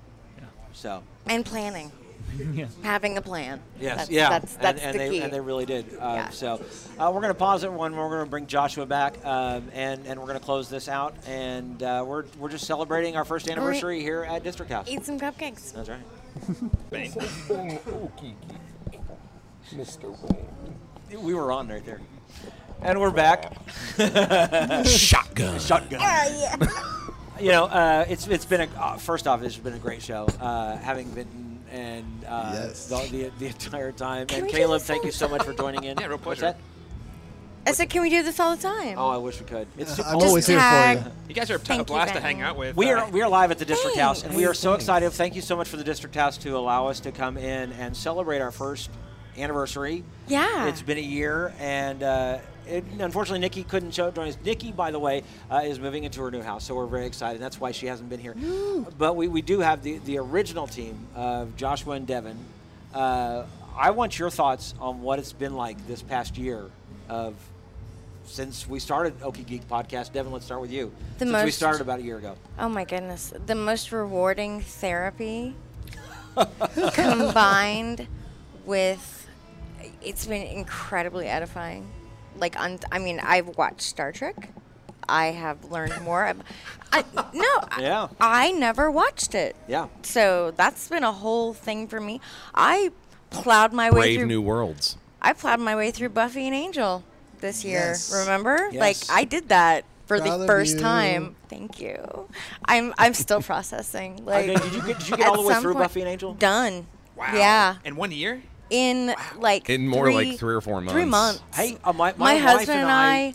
Speaker 1: So,
Speaker 2: And planning.
Speaker 8: Yeah.
Speaker 2: Having a plan.
Speaker 1: yes,
Speaker 2: That's,
Speaker 1: yeah.
Speaker 2: That's,
Speaker 1: and,
Speaker 2: that's
Speaker 1: and
Speaker 2: the
Speaker 1: they,
Speaker 2: key.
Speaker 1: And they really did. Uh,
Speaker 2: Yeah.
Speaker 1: So, uh, we're going to pause it one more. We're going to bring Joshua back um, and, and we're going to close this out. And uh, we're, we're just celebrating our first anniversary here at District House.
Speaker 2: Eat some cupcakes.
Speaker 1: That's right.
Speaker 4: Bang.
Speaker 1: We were on right there. And we're back.
Speaker 3: Shotgun.
Speaker 1: Shotgun.
Speaker 2: Yeah, yeah.
Speaker 1: you know, uh, it's it's been a uh, first off, it's been a great show. Uh, having been and uh,
Speaker 5: Yes.
Speaker 1: the, the the entire time.
Speaker 2: Can
Speaker 1: and
Speaker 2: we do
Speaker 1: Caleb,
Speaker 2: this
Speaker 1: thank
Speaker 2: all
Speaker 1: you so much for joining in.
Speaker 4: Yeah, real
Speaker 1: What's
Speaker 4: pleasure.
Speaker 1: that?
Speaker 2: I said, can we do this all the time?
Speaker 1: Oh, I wish we could. It's
Speaker 5: I'm
Speaker 2: Just
Speaker 5: always here for
Speaker 2: tag-
Speaker 5: you.
Speaker 4: You guys are a t-
Speaker 2: Thank
Speaker 4: a
Speaker 2: you,
Speaker 4: blast to
Speaker 2: Batman.
Speaker 4: hang out with.
Speaker 1: we
Speaker 4: Uh,
Speaker 1: are we are live at the district house, and we are so
Speaker 3: Thanks.
Speaker 1: excited. Thank you so much for the district house to allow us to come in and celebrate our first anniversary.
Speaker 2: Yeah.
Speaker 1: it's been a year, and uh, it, unfortunately, Nikki couldn't show join us. Nikki, by the way, uh, is moving into her new house, so we're very excited. That's why she hasn't been here. But we, we do have the the original team of Joshua and Devin. Uh, I want your thoughts on what it's been like this past year of since we started Okie Geek Podcast. Devin, let's start with you.
Speaker 2: The
Speaker 1: since we
Speaker 2: most-
Speaker 1: started about a year ago.
Speaker 2: Oh my goodness. The most rewarding therapy combined with it's been incredibly edifying. Like un- I mean, I've watched Star Trek. I have learned more. ab- I, no, I-
Speaker 1: Yeah.
Speaker 2: I, never watched it.
Speaker 1: Yeah.
Speaker 2: So that's been a whole thing for me. I plowed my way
Speaker 3: Brave
Speaker 2: through.
Speaker 3: New Worlds.
Speaker 2: I plowed my way through Buffy and Angel this year.
Speaker 5: Yes.
Speaker 2: Remember? Like
Speaker 1: Yes.
Speaker 2: I did that for
Speaker 5: Proud
Speaker 2: the
Speaker 5: of
Speaker 2: first
Speaker 5: you.
Speaker 2: time. Thank you. I'm I'm still processing. Like
Speaker 1: Okay, did you get, did you get all
Speaker 2: at
Speaker 1: the way
Speaker 2: some
Speaker 1: through
Speaker 2: point-
Speaker 1: Buffy and Angel?
Speaker 2: Done.
Speaker 4: Wow.
Speaker 2: Yeah.
Speaker 4: In one year?
Speaker 2: In like
Speaker 3: In more like three or four
Speaker 2: Three months.
Speaker 3: months.
Speaker 1: Hey, uh, my, my,
Speaker 2: my,
Speaker 1: wife
Speaker 2: husband
Speaker 1: and
Speaker 2: and I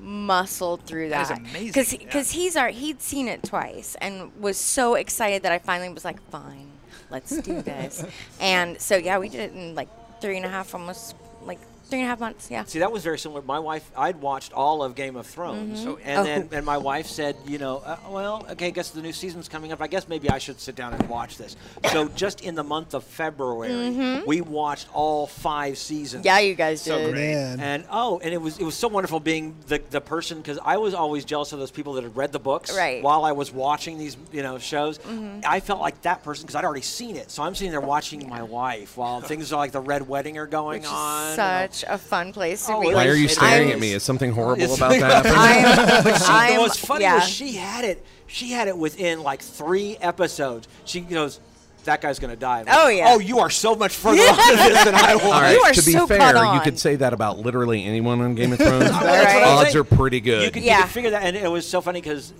Speaker 2: muscled through
Speaker 4: That is
Speaker 2: that.
Speaker 4: amazing,
Speaker 2: Because
Speaker 4: yeah.
Speaker 2: he's our he'd seen it twice and was so excited that I finally was like, fine, let's do this. and so yeah, we did it in like three and a half, almost like three and a half months. Yeah.
Speaker 1: See, that was very similar. My wife, I'd watched all of Game of Thrones, and
Speaker 2: Oh.
Speaker 1: then and my wife said, you know, uh, well, okay, I guess the new season's coming up. I guess maybe I should sit down and watch this. So just in the month of February, we watched all five seasons.
Speaker 2: Mm-hmm. Yeah, you guys
Speaker 4: So
Speaker 2: did.
Speaker 4: great.
Speaker 5: Man.
Speaker 1: And oh, and it was it was so wonderful being the the person because I was always jealous of those people that had read the books
Speaker 2: Right. Mm-hmm.
Speaker 1: while I was watching these you know shows. I felt like that person because I'd already seen it, so I'm sitting there watching my wife while things like the Red Wedding are going on. and all-
Speaker 2: Such a fun place to
Speaker 1: Oh,
Speaker 2: be.
Speaker 1: it
Speaker 3: Why are you
Speaker 1: It
Speaker 3: staring at
Speaker 1: is.
Speaker 3: me? Is something horrible
Speaker 1: It's-
Speaker 3: about that? happening?
Speaker 2: I'm, but
Speaker 1: She,
Speaker 2: I'm,
Speaker 1: the most funny
Speaker 2: yeah.
Speaker 1: was she had it. She had it within like three episodes. She goes, "That guy's gonna die." I'm like,
Speaker 2: Oh, yeah.
Speaker 1: Oh, you are so much further on this than I was.
Speaker 3: All right,
Speaker 2: You are
Speaker 3: to be
Speaker 2: so
Speaker 3: fair,
Speaker 2: caught
Speaker 3: you
Speaker 2: on.
Speaker 3: could say that about literally anyone on Game of Thrones.
Speaker 1: That's
Speaker 2: what I
Speaker 3: Odds
Speaker 1: think.
Speaker 3: are pretty
Speaker 1: You
Speaker 3: good.
Speaker 1: could, you
Speaker 2: Yeah.
Speaker 1: could figure that, and it was so funny because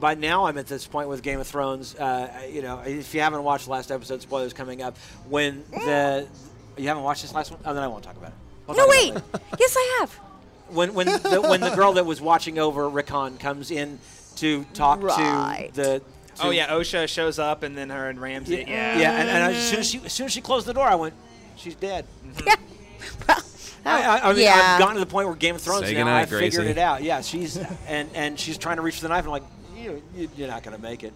Speaker 1: by now I'm at this point with Game of Thrones. Uh, you know, if you haven't watched the last episode, spoilers coming up. When the you haven't watched this last one, oh, then I won't talk about it. We'll
Speaker 2: No,
Speaker 1: talk about it
Speaker 2: wait.
Speaker 1: later.
Speaker 2: yes, I have.
Speaker 1: when when the, when the girl that was watching over Rickon comes in to talk
Speaker 2: Right.
Speaker 1: to the. to-
Speaker 4: Oh yeah, OSHA shows up, and then her and Ramsey. Yeah.
Speaker 1: yeah, and, and as soon as she as soon as she closed the door, I went, "She's dead." I, I, I mean,
Speaker 2: Mm-hmm. yeah.
Speaker 1: I've gotten to the point where Game of Thrones
Speaker 3: Say
Speaker 1: now.
Speaker 3: goodnight,
Speaker 1: I figured
Speaker 3: Gracie.
Speaker 1: it out. Yeah, she's and and she's trying to reach for the knife. and I'm like, you, you- you're not gonna make it.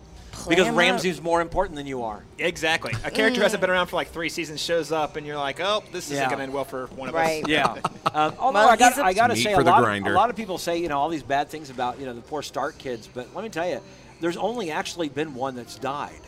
Speaker 1: because
Speaker 2: clam
Speaker 1: Ramsey's more important than you are.
Speaker 4: Exactly. A character who hasn't been around for like three seasons shows up, and you're like, oh, this
Speaker 1: Yeah.
Speaker 4: isn't going to end well for one of
Speaker 2: Right.
Speaker 4: us.
Speaker 1: Yeah. Um, although
Speaker 2: Well,
Speaker 1: I got
Speaker 2: he's a-
Speaker 1: I got to
Speaker 3: Meat
Speaker 1: say a
Speaker 3: for the
Speaker 1: lot, of, a
Speaker 3: grinder.
Speaker 1: lot of people say you know all these bad things about you know the poor Stark kids, but let me tell you, there's only actually been one that's died.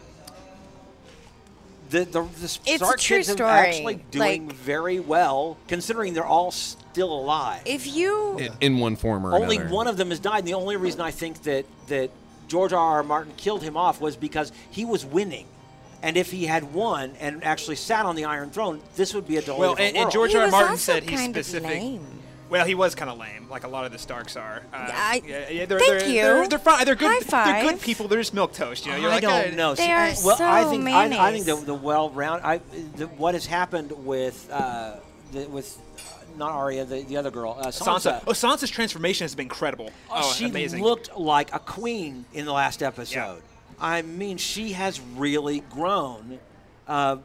Speaker 1: The the, the
Speaker 2: It's a
Speaker 1: Stark
Speaker 2: true
Speaker 1: kids
Speaker 2: story.
Speaker 1: are actually doing
Speaker 2: Like-
Speaker 1: very well considering they're all still alive.
Speaker 2: If you
Speaker 3: in, in one form or
Speaker 1: only
Speaker 3: another.
Speaker 1: one of them has died. And the only reason I think that that George R. R. Martin killed him off was because he was winning. And if he had won and actually sat on the Iron Throne, this would be a totally
Speaker 4: Well,
Speaker 1: different
Speaker 4: and- and
Speaker 1: world.
Speaker 4: George
Speaker 2: he
Speaker 4: R.
Speaker 2: was
Speaker 4: Martin
Speaker 2: also
Speaker 4: said he's
Speaker 2: kind
Speaker 4: specific.
Speaker 2: Of lame.
Speaker 4: Well, he was kind of lame, like a lot of the Starks are. Uh,
Speaker 2: I-
Speaker 4: they're,
Speaker 2: thank
Speaker 4: they're,
Speaker 2: you.
Speaker 4: They're, they're fine. They're good.
Speaker 2: High
Speaker 4: They're
Speaker 2: five.
Speaker 4: good people. They're just milk toast. You know. You're
Speaker 1: I
Speaker 4: like,
Speaker 1: don't
Speaker 4: "Eh,
Speaker 1: know.
Speaker 2: They
Speaker 1: See,
Speaker 2: are
Speaker 1: well, I
Speaker 2: so
Speaker 1: think I, I think the,
Speaker 2: mayonnaise.
Speaker 1: the well-round. I the, what has happened with uh, the, with uh, not Arya, the, the other girl, uh,
Speaker 4: Sansa.
Speaker 1: Sansa.
Speaker 4: Oh, Sansa's transformation has been incredible. Oh,
Speaker 1: she
Speaker 4: amazing.
Speaker 1: looked like a queen in the last episode. I mean, she has really grown. Uh,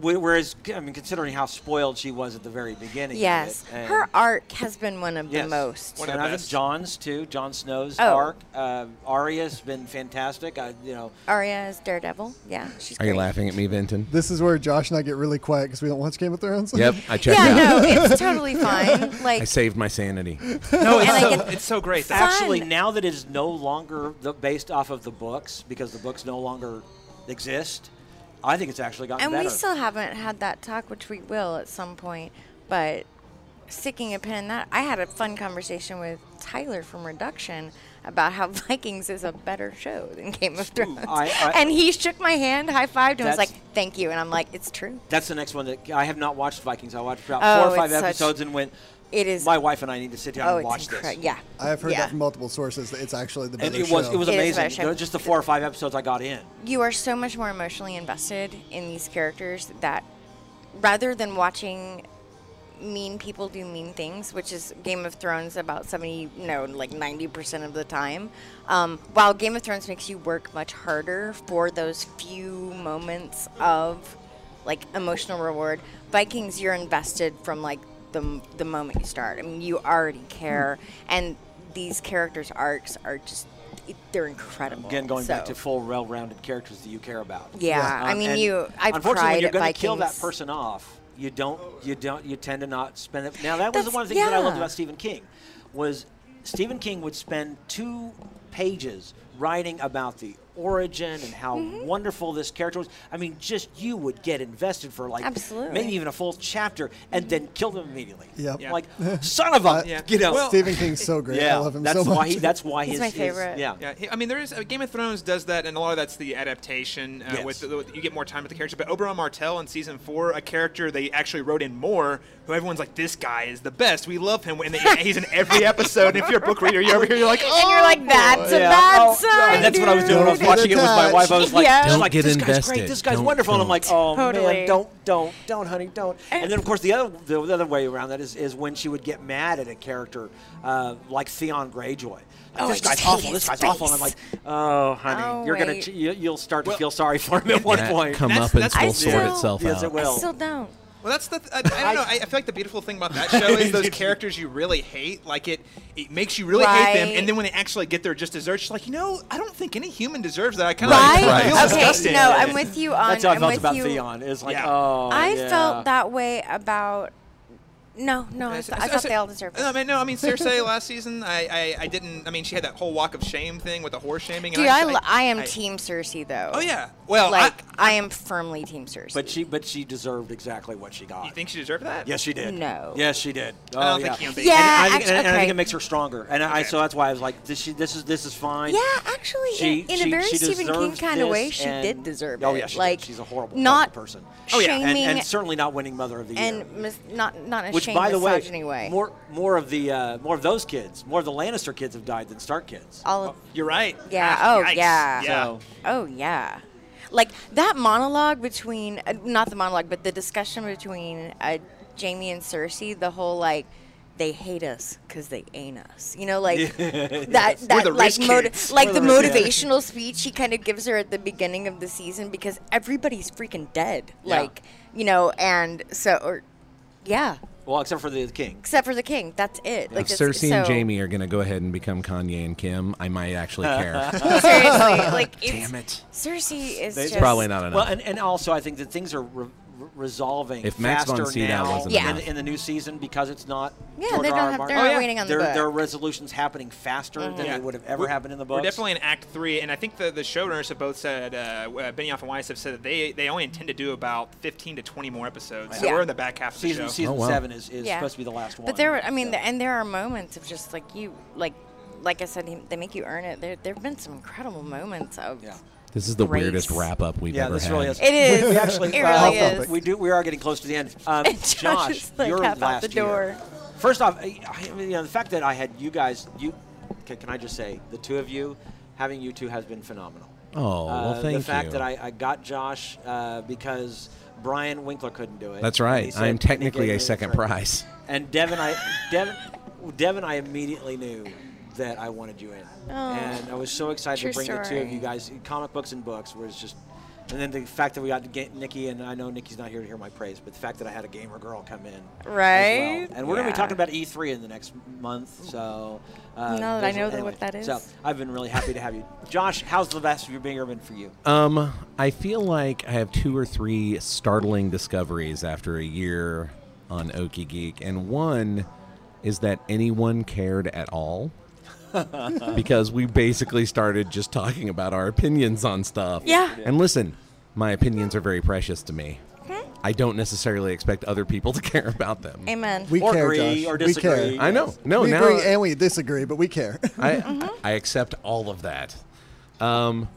Speaker 1: wh- whereas, I mean, considering how spoiled she was at the very beginning. of
Speaker 2: Yes,
Speaker 1: it, and-
Speaker 2: her arc has been one of
Speaker 1: Yes.
Speaker 2: the most.
Speaker 4: One of
Speaker 1: and
Speaker 4: the
Speaker 1: I think
Speaker 4: best.
Speaker 1: John's too. Jon Snow's
Speaker 2: Oh.
Speaker 1: arc. Uh, Arya's been fantastic. I, you know,
Speaker 2: Arya is Daredevil. Yeah, she's.
Speaker 3: Are you
Speaker 2: great.
Speaker 3: laughing at me, Vinton?
Speaker 5: This is where Josh and I get really quiet because we don't watch Game of Thrones.
Speaker 3: Yep, I checked
Speaker 2: Yeah,
Speaker 3: out.
Speaker 2: no, it's totally fine. Like,
Speaker 3: I saved my sanity.
Speaker 4: No, it's
Speaker 2: and I
Speaker 4: so,
Speaker 2: get-
Speaker 4: it's so great. though.
Speaker 1: actually
Speaker 2: Fun.
Speaker 1: now that it is no longer the, based off of the books because the books no longer exist i think it's actually gotten
Speaker 2: and
Speaker 1: better
Speaker 2: we still haven't had that talk, which we will at some point. But sticking a pin in that, I had a fun conversation with Tyler from Reduction about how Vikings is a better show than Game of Thrones,
Speaker 1: I- I-
Speaker 2: and he shook my hand, high fived, and was
Speaker 1: That's-
Speaker 2: like, "Thank you," and I'm like, "It's true."
Speaker 1: that's the next one that i have not watched vikings i watched about
Speaker 2: Oh,
Speaker 1: four or five
Speaker 2: it's such-
Speaker 1: episodes and went
Speaker 2: It is.
Speaker 1: my wife and i need to sit down
Speaker 2: oh,
Speaker 1: and watch
Speaker 2: it's
Speaker 1: this
Speaker 2: incredible. Yeah,
Speaker 5: I have heard
Speaker 2: yeah.
Speaker 5: that from multiple sources. That it's actually the
Speaker 1: and
Speaker 5: better
Speaker 1: it was
Speaker 5: show.
Speaker 1: it was
Speaker 2: It is a
Speaker 1: amazing
Speaker 2: better show.
Speaker 1: They're just the four or five episodes i got in
Speaker 2: you are so much more emotionally invested in these characters that rather than watching mean people do mean things, which is Game of Thrones about 70, no, like 90% of the time, um, while Game of Thrones makes you work much harder for those few moments of like emotional reward, Vikings, you're invested from like the, m- the moment you start. I mean, you already care. And these characters' arcs are just, it- they're incredible.
Speaker 1: again going back
Speaker 2: So-
Speaker 1: to full well-rounded characters that you care about
Speaker 2: yeah, I
Speaker 1: Um,
Speaker 2: mean,
Speaker 1: and
Speaker 2: you. I
Speaker 1: unfortunately
Speaker 2: cried
Speaker 1: when you're
Speaker 2: at
Speaker 1: gonna
Speaker 2: Vikings.
Speaker 1: kill that person off you don't you don't you tend to not spend it now that was the
Speaker 2: That's-
Speaker 1: one of the things that i loved
Speaker 2: yeah.
Speaker 1: about stephen king was stephen king would spend two pages writing about the origin and how
Speaker 2: Mm-hmm.
Speaker 1: wonderful this character was i mean just you would get invested for like
Speaker 2: Absolutely. Mm-hmm.
Speaker 1: maybe even a full chapter and then kill them immediately
Speaker 5: Yep. Yeah.
Speaker 1: like son of a
Speaker 4: Yeah.
Speaker 1: you know
Speaker 4: Well-
Speaker 5: Stephen King's so great.
Speaker 1: yeah
Speaker 5: I love him
Speaker 1: that's
Speaker 5: so much.
Speaker 1: why he, that's why
Speaker 2: He's
Speaker 1: his,
Speaker 2: my
Speaker 1: his-
Speaker 2: favorite.
Speaker 1: yeah
Speaker 4: Yeah, he- I mean, there is uh, Game of Thrones does that, and a lot of that's the adaptation. Uh,
Speaker 1: Yes.
Speaker 4: with, the, with you get more time with the character, but Oberon Martell in season four, a character they actually wrote in more, who everyone's like, "This guy is the best. We love him," and they, he's in every episode. And if you're a book reader, you're over here, you're like, "Oh,
Speaker 2: and you're like, that's a
Speaker 1: Yeah.
Speaker 2: bad
Speaker 1: Oh,
Speaker 2: sign.
Speaker 1: And that's what I was doing when I was
Speaker 5: Don't
Speaker 1: watching it with my
Speaker 5: attach.
Speaker 1: wife. I was like,
Speaker 2: Yeah.
Speaker 1: she's
Speaker 3: Don't
Speaker 1: like,
Speaker 3: get
Speaker 1: this guy's
Speaker 3: invested.
Speaker 1: great, this guy's
Speaker 3: Don't-
Speaker 1: wonderful. And I'm like, oh man,
Speaker 2: Totally.
Speaker 1: don't, don't, don't, honey, don't. And then of course the other, the, other way around that is, is when she would get mad at a character uh, like Theon Greyjoy. Like,
Speaker 2: Oh,
Speaker 1: this guy's
Speaker 2: I just hate
Speaker 1: awful.
Speaker 2: his
Speaker 1: This guy's awful. And I'm like,
Speaker 2: face.
Speaker 1: oh honey,
Speaker 2: Oh,
Speaker 1: you're gonna,
Speaker 2: wait.
Speaker 1: ch- you, you'll start to feel sorry for him at one
Speaker 3: That
Speaker 1: point.
Speaker 3: come
Speaker 4: That's-
Speaker 3: up and
Speaker 4: that's
Speaker 3: will
Speaker 4: what-
Speaker 3: sort
Speaker 2: Still-
Speaker 3: itself
Speaker 1: Yes, it
Speaker 3: out.
Speaker 1: will.
Speaker 2: I still don't.
Speaker 4: Well, that's the. Th- I, I don't know. I, I feel like the beautiful thing about that show is those characters you really hate. Like it, it makes you really hate them,
Speaker 2: Right.
Speaker 4: and then when they actually get their just desserts, you're like, you know, I don't think any human deserves that. I kind of
Speaker 2: Right?
Speaker 3: Right.
Speaker 4: feel
Speaker 2: Okay.
Speaker 4: disgusted.
Speaker 2: No, I'm with you on.
Speaker 1: That's how I
Speaker 2: am
Speaker 1: felt
Speaker 2: with
Speaker 1: about
Speaker 2: you.
Speaker 1: Theon. It's like,
Speaker 4: Yeah.
Speaker 1: oh,
Speaker 2: I
Speaker 1: yeah.
Speaker 2: felt that way about. No, no, I, thought I thought they all deserved
Speaker 4: No, I
Speaker 2: it.
Speaker 4: mean, no, I mean, Cersei last season, I, I, I didn't. I mean, she had that whole walk of shame thing with the horse shaming. and
Speaker 2: Dude, I,
Speaker 4: just-
Speaker 2: lo- I am
Speaker 4: I-
Speaker 2: Team Cersei though.
Speaker 4: Oh yeah. Well,
Speaker 2: like
Speaker 4: I,
Speaker 2: I, am firmly Team Cersei.
Speaker 1: But she, but she deserved exactly what she got.
Speaker 4: you think she deserved that?
Speaker 1: Yes, she did.
Speaker 2: Uh, No.
Speaker 1: Yes, she did. Oh,
Speaker 4: don't
Speaker 1: yeah.
Speaker 4: think you can be.
Speaker 2: Yeah,
Speaker 1: and, I think,
Speaker 2: actu-
Speaker 1: and, and I think
Speaker 2: okay.
Speaker 1: it makes her stronger. And I,
Speaker 4: Okay.
Speaker 1: so that's why I was like, this, she, this is this is fine.
Speaker 2: Yeah, actually,
Speaker 1: She-
Speaker 2: in, in
Speaker 1: she-
Speaker 2: a very
Speaker 1: she
Speaker 2: Stephen King
Speaker 1: deserves
Speaker 2: kind of way,
Speaker 1: this,
Speaker 2: she
Speaker 1: and-
Speaker 2: did deserve it.
Speaker 1: Oh yeah, she did.
Speaker 2: like
Speaker 1: she's a horrible,
Speaker 2: not
Speaker 1: horrible person.
Speaker 2: Oh, yeah.
Speaker 1: and,
Speaker 2: shaming
Speaker 1: and certainly not winning Mother of the Year.
Speaker 2: and mis- not not a
Speaker 1: Which,
Speaker 2: shame
Speaker 1: by the way,
Speaker 2: misogyny way.
Speaker 1: more more of the uh, more of those kids, more of the Lannister kids have died than Stark kids.
Speaker 2: all of
Speaker 4: You're right.
Speaker 2: Yeah,
Speaker 4: Ah,
Speaker 2: oh,
Speaker 4: yikes.
Speaker 2: yeah.
Speaker 4: Yeah.
Speaker 1: So-
Speaker 2: Oh yeah, like that monologue between uh, not the monologue, but the discussion between uh, Jamie and Cersei. The whole like they hate us because they ain't us. You know, like that that
Speaker 4: the
Speaker 2: like
Speaker 4: rich kids.
Speaker 2: like
Speaker 1: We're
Speaker 2: the,
Speaker 1: the rich kids.
Speaker 2: motivational speech he kind of gives her at the beginning of the season because everybody's freaking dead.
Speaker 1: Yeah.
Speaker 2: Like you know, and so or yeah.
Speaker 1: Well, except for the king.
Speaker 2: except for the king. That's it. Like
Speaker 3: if
Speaker 2: it's-
Speaker 3: Cersei and
Speaker 2: so-
Speaker 3: Jamie are going to go ahead and become Kanye and Kim, I might actually care.
Speaker 2: Seriously, like it's,
Speaker 3: Damn it.
Speaker 2: Cersei is
Speaker 1: They-
Speaker 2: just
Speaker 3: Probably not enough.
Speaker 1: Well, and, and also I think that things are re- re- resolving
Speaker 3: If Max von
Speaker 1: faster
Speaker 3: Sydow
Speaker 1: now
Speaker 3: wasn't
Speaker 2: Yeah.
Speaker 1: in,
Speaker 2: enough.
Speaker 1: in the new season because it's not.
Speaker 2: Yeah,
Speaker 1: George
Speaker 2: they
Speaker 1: R.
Speaker 2: don't
Speaker 1: R.
Speaker 2: have.
Speaker 1: Martin. Oh,
Speaker 2: They're not
Speaker 4: yeah.
Speaker 2: waiting on the
Speaker 1: There,
Speaker 2: book. Mm-hmm.
Speaker 1: there are resolutions happening faster than they would have ever
Speaker 4: We're-
Speaker 1: happened in the
Speaker 4: We're
Speaker 1: books.
Speaker 4: definitely in Act Three, and I think the, the showrunners have both said, uh, w- uh, Benioff and Weiss have said that they, they only intend to do about 15 to 20 more episodes. So
Speaker 2: Yeah.
Speaker 4: we're in the back half of the
Speaker 1: season
Speaker 4: show.
Speaker 1: season
Speaker 3: Oh, wow.
Speaker 1: seven is, is
Speaker 2: Yeah.
Speaker 1: supposed to be the last one.
Speaker 2: But there, were, I mean, the, and there are moments of just like you, like, like I said, he- they make you earn it. There, there've been some incredible moments of.
Speaker 1: Yeah.
Speaker 3: This is the
Speaker 2: Great.
Speaker 3: weirdest wrap up we've
Speaker 1: yeah,
Speaker 3: ever
Speaker 1: this
Speaker 3: had.
Speaker 1: really is.
Speaker 2: It is.
Speaker 1: We actually,
Speaker 2: It
Speaker 1: uh,
Speaker 2: really is.
Speaker 1: we do. We are getting close to the end. Um,
Speaker 2: And Josh
Speaker 1: Josh,
Speaker 2: is, like,
Speaker 1: your
Speaker 2: half out
Speaker 1: last
Speaker 2: the door.
Speaker 1: year. First off, I, I, you know, the fact that I had you guys, you can, can I just say the two of you, having you two has been phenomenal.
Speaker 3: Oh, well,
Speaker 1: Uh,
Speaker 3: thank
Speaker 1: the fact
Speaker 3: you.
Speaker 1: that I, I got Josh uh, because Brian Winkler couldn't do it.
Speaker 3: That's
Speaker 1: And he
Speaker 3: right.
Speaker 1: said-
Speaker 3: I am
Speaker 1: and he
Speaker 3: technically
Speaker 1: gave me
Speaker 3: a
Speaker 1: the
Speaker 3: second
Speaker 1: credit.
Speaker 3: prize.
Speaker 1: And Devin, I Devin, Devin, I immediately knew that I wanted you in,
Speaker 2: Oh.
Speaker 1: and I was so excited
Speaker 2: True
Speaker 1: to bring the two of
Speaker 2: story.
Speaker 1: you guys. Comic books and books was just, and then the fact that we got to get Nikki, and I know Nikki's not here to hear my praise, but the fact that I had a gamer girl come in, as well.
Speaker 2: Right?
Speaker 1: And we're gonna be
Speaker 2: Yeah.
Speaker 1: talking about E3 in the next month, so. Uh,
Speaker 2: Now that I
Speaker 1: there's-
Speaker 2: know that what that
Speaker 1: so
Speaker 2: is.
Speaker 1: I've been really happy to have you, Josh. How's the best of your being urban for you?
Speaker 3: Um, I feel like I have two or three startling discoveries after a year on Okie Geek, and one is that anyone cared at all. because we basically started just talking about our opinions on stuff.
Speaker 2: Yeah.
Speaker 3: And listen, my opinions are very precious to me. I don't necessarily expect other people to care about them.
Speaker 2: Amen.
Speaker 5: We
Speaker 1: Or
Speaker 5: care,
Speaker 1: agree
Speaker 5: Josh.
Speaker 1: or
Speaker 5: We
Speaker 1: disagree.
Speaker 5: care.
Speaker 3: I know. No,
Speaker 5: we
Speaker 3: now
Speaker 5: agree and we disagree, but we care.
Speaker 2: Mm-hmm.
Speaker 3: I, I accept all of that. Um,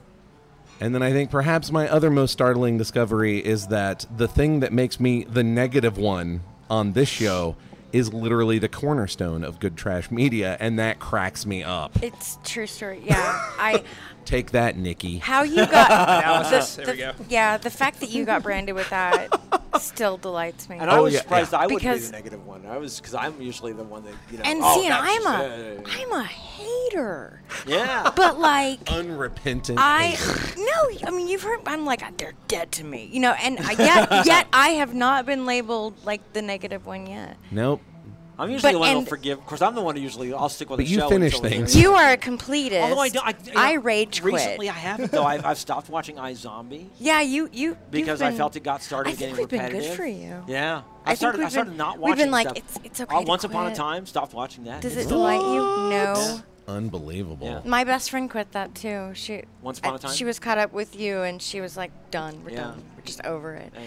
Speaker 3: and then I think perhaps my other most startling discovery is that the thing that makes me the negative one on this show is literally the cornerstone of good trash media, and that cracks me up.
Speaker 1: Mm.
Speaker 2: It's true story. Yeah, I.
Speaker 3: Take that, Nikki.
Speaker 2: How you got?
Speaker 4: Analysis. There
Speaker 2: the-
Speaker 4: we go.
Speaker 2: Yeah, the fact that you got branded with that still delights me.
Speaker 1: And I
Speaker 3: Oh,
Speaker 1: was
Speaker 3: yeah,
Speaker 1: surprised I wouldn't be
Speaker 2: Because-
Speaker 1: the negative one. I was because I'm usually the one that you know.
Speaker 2: and
Speaker 1: oh,
Speaker 2: see, and
Speaker 1: that's
Speaker 2: I'm
Speaker 1: just-
Speaker 2: a, I'm a hater.
Speaker 1: yeah.
Speaker 2: But like,
Speaker 3: Unrepentant.
Speaker 2: I
Speaker 3: hater.
Speaker 2: no, I mean you've heard. I'm like they're dead to me, you know. And I- yet, yet I have not been labeled like the negative one yet.
Speaker 3: Nope.
Speaker 1: I'm usually
Speaker 2: But-
Speaker 1: the one who'll
Speaker 2: and-
Speaker 1: forgive. Of course, I'm the one who usually I'll stick with
Speaker 3: But
Speaker 1: the
Speaker 3: you
Speaker 1: show.
Speaker 3: finish
Speaker 1: until the
Speaker 3: things.
Speaker 1: end.
Speaker 2: You are a completist.
Speaker 1: Although I don't, I, you know,
Speaker 2: I rage quit.
Speaker 1: Recently, I haven't though. I've, I've stopped watching iZombie
Speaker 2: yeah, you you you've
Speaker 1: because I
Speaker 2: been-
Speaker 1: felt it got started
Speaker 2: I think
Speaker 1: getting
Speaker 2: we've been good
Speaker 1: repetitive.
Speaker 2: for you.
Speaker 1: Yeah,
Speaker 2: I
Speaker 1: I,
Speaker 2: think
Speaker 1: started. I
Speaker 2: we've
Speaker 1: started
Speaker 2: been-
Speaker 1: not
Speaker 2: we've
Speaker 1: watching.
Speaker 2: been like,
Speaker 1: stuff.
Speaker 2: it's- it's
Speaker 1: Uh,
Speaker 2: okay to
Speaker 1: Once upon a
Speaker 2: quit.
Speaker 1: time, stopped watching that.
Speaker 2: Does
Speaker 1: It's
Speaker 2: it delight
Speaker 1: Yeah.
Speaker 2: you? No.
Speaker 3: Unbelievable.
Speaker 1: Yeah.
Speaker 2: My best friend quit that too. She
Speaker 1: Once upon a
Speaker 2: I-
Speaker 1: time?
Speaker 2: She was caught up with you, and she was like, "Done. We're
Speaker 1: Yeah.
Speaker 2: done. We're just over it."
Speaker 1: And-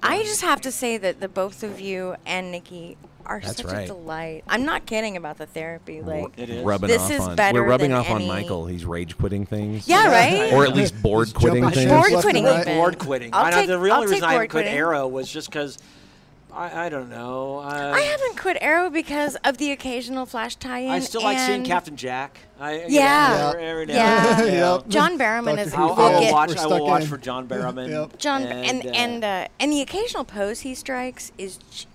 Speaker 2: I just have to say that the both of you and Nikki are
Speaker 3: That's
Speaker 2: such
Speaker 3: right.
Speaker 2: a delight. I'm not kidding about the therapy. Like,
Speaker 1: It is.
Speaker 3: Rubbing
Speaker 2: This
Speaker 3: off
Speaker 2: is
Speaker 3: on,
Speaker 2: better
Speaker 3: we're rubbing
Speaker 2: than
Speaker 3: off on
Speaker 2: any-
Speaker 3: Michael. He's rage quitting things.
Speaker 2: yeah, right?
Speaker 3: Or at least bored
Speaker 5: Just jumping
Speaker 3: quitting
Speaker 5: ship.
Speaker 3: things.
Speaker 5: Bored
Speaker 2: Board
Speaker 5: left
Speaker 2: quitting.
Speaker 5: and right.
Speaker 2: even.
Speaker 1: board quitting.
Speaker 2: I'll
Speaker 1: I know
Speaker 2: take-
Speaker 1: the real
Speaker 2: I'll
Speaker 1: reason
Speaker 2: take
Speaker 1: I
Speaker 2: board
Speaker 1: haven't quit
Speaker 2: quitting.
Speaker 1: Arrow was just because I, I don't know. Uh,
Speaker 2: I haven't quit Arrow because of the occasional flash tie-in.
Speaker 1: I still like seeing
Speaker 2: and
Speaker 1: Captain Jack. I, you
Speaker 2: Yeah.
Speaker 1: know, every- every now
Speaker 2: Yeah.
Speaker 1: and then, you know.
Speaker 5: Yep.
Speaker 2: John Barrowman is.
Speaker 5: Doctor Who
Speaker 1: I'll,
Speaker 2: We'll
Speaker 5: fans.
Speaker 1: I'll
Speaker 2: get
Speaker 1: watch.
Speaker 5: We're
Speaker 1: I will
Speaker 5: stuck
Speaker 1: watch
Speaker 5: in.
Speaker 1: for John Barrowman.
Speaker 5: Yep.
Speaker 2: John and
Speaker 1: uh,
Speaker 2: and uh, and the occasional pose he strikes is j-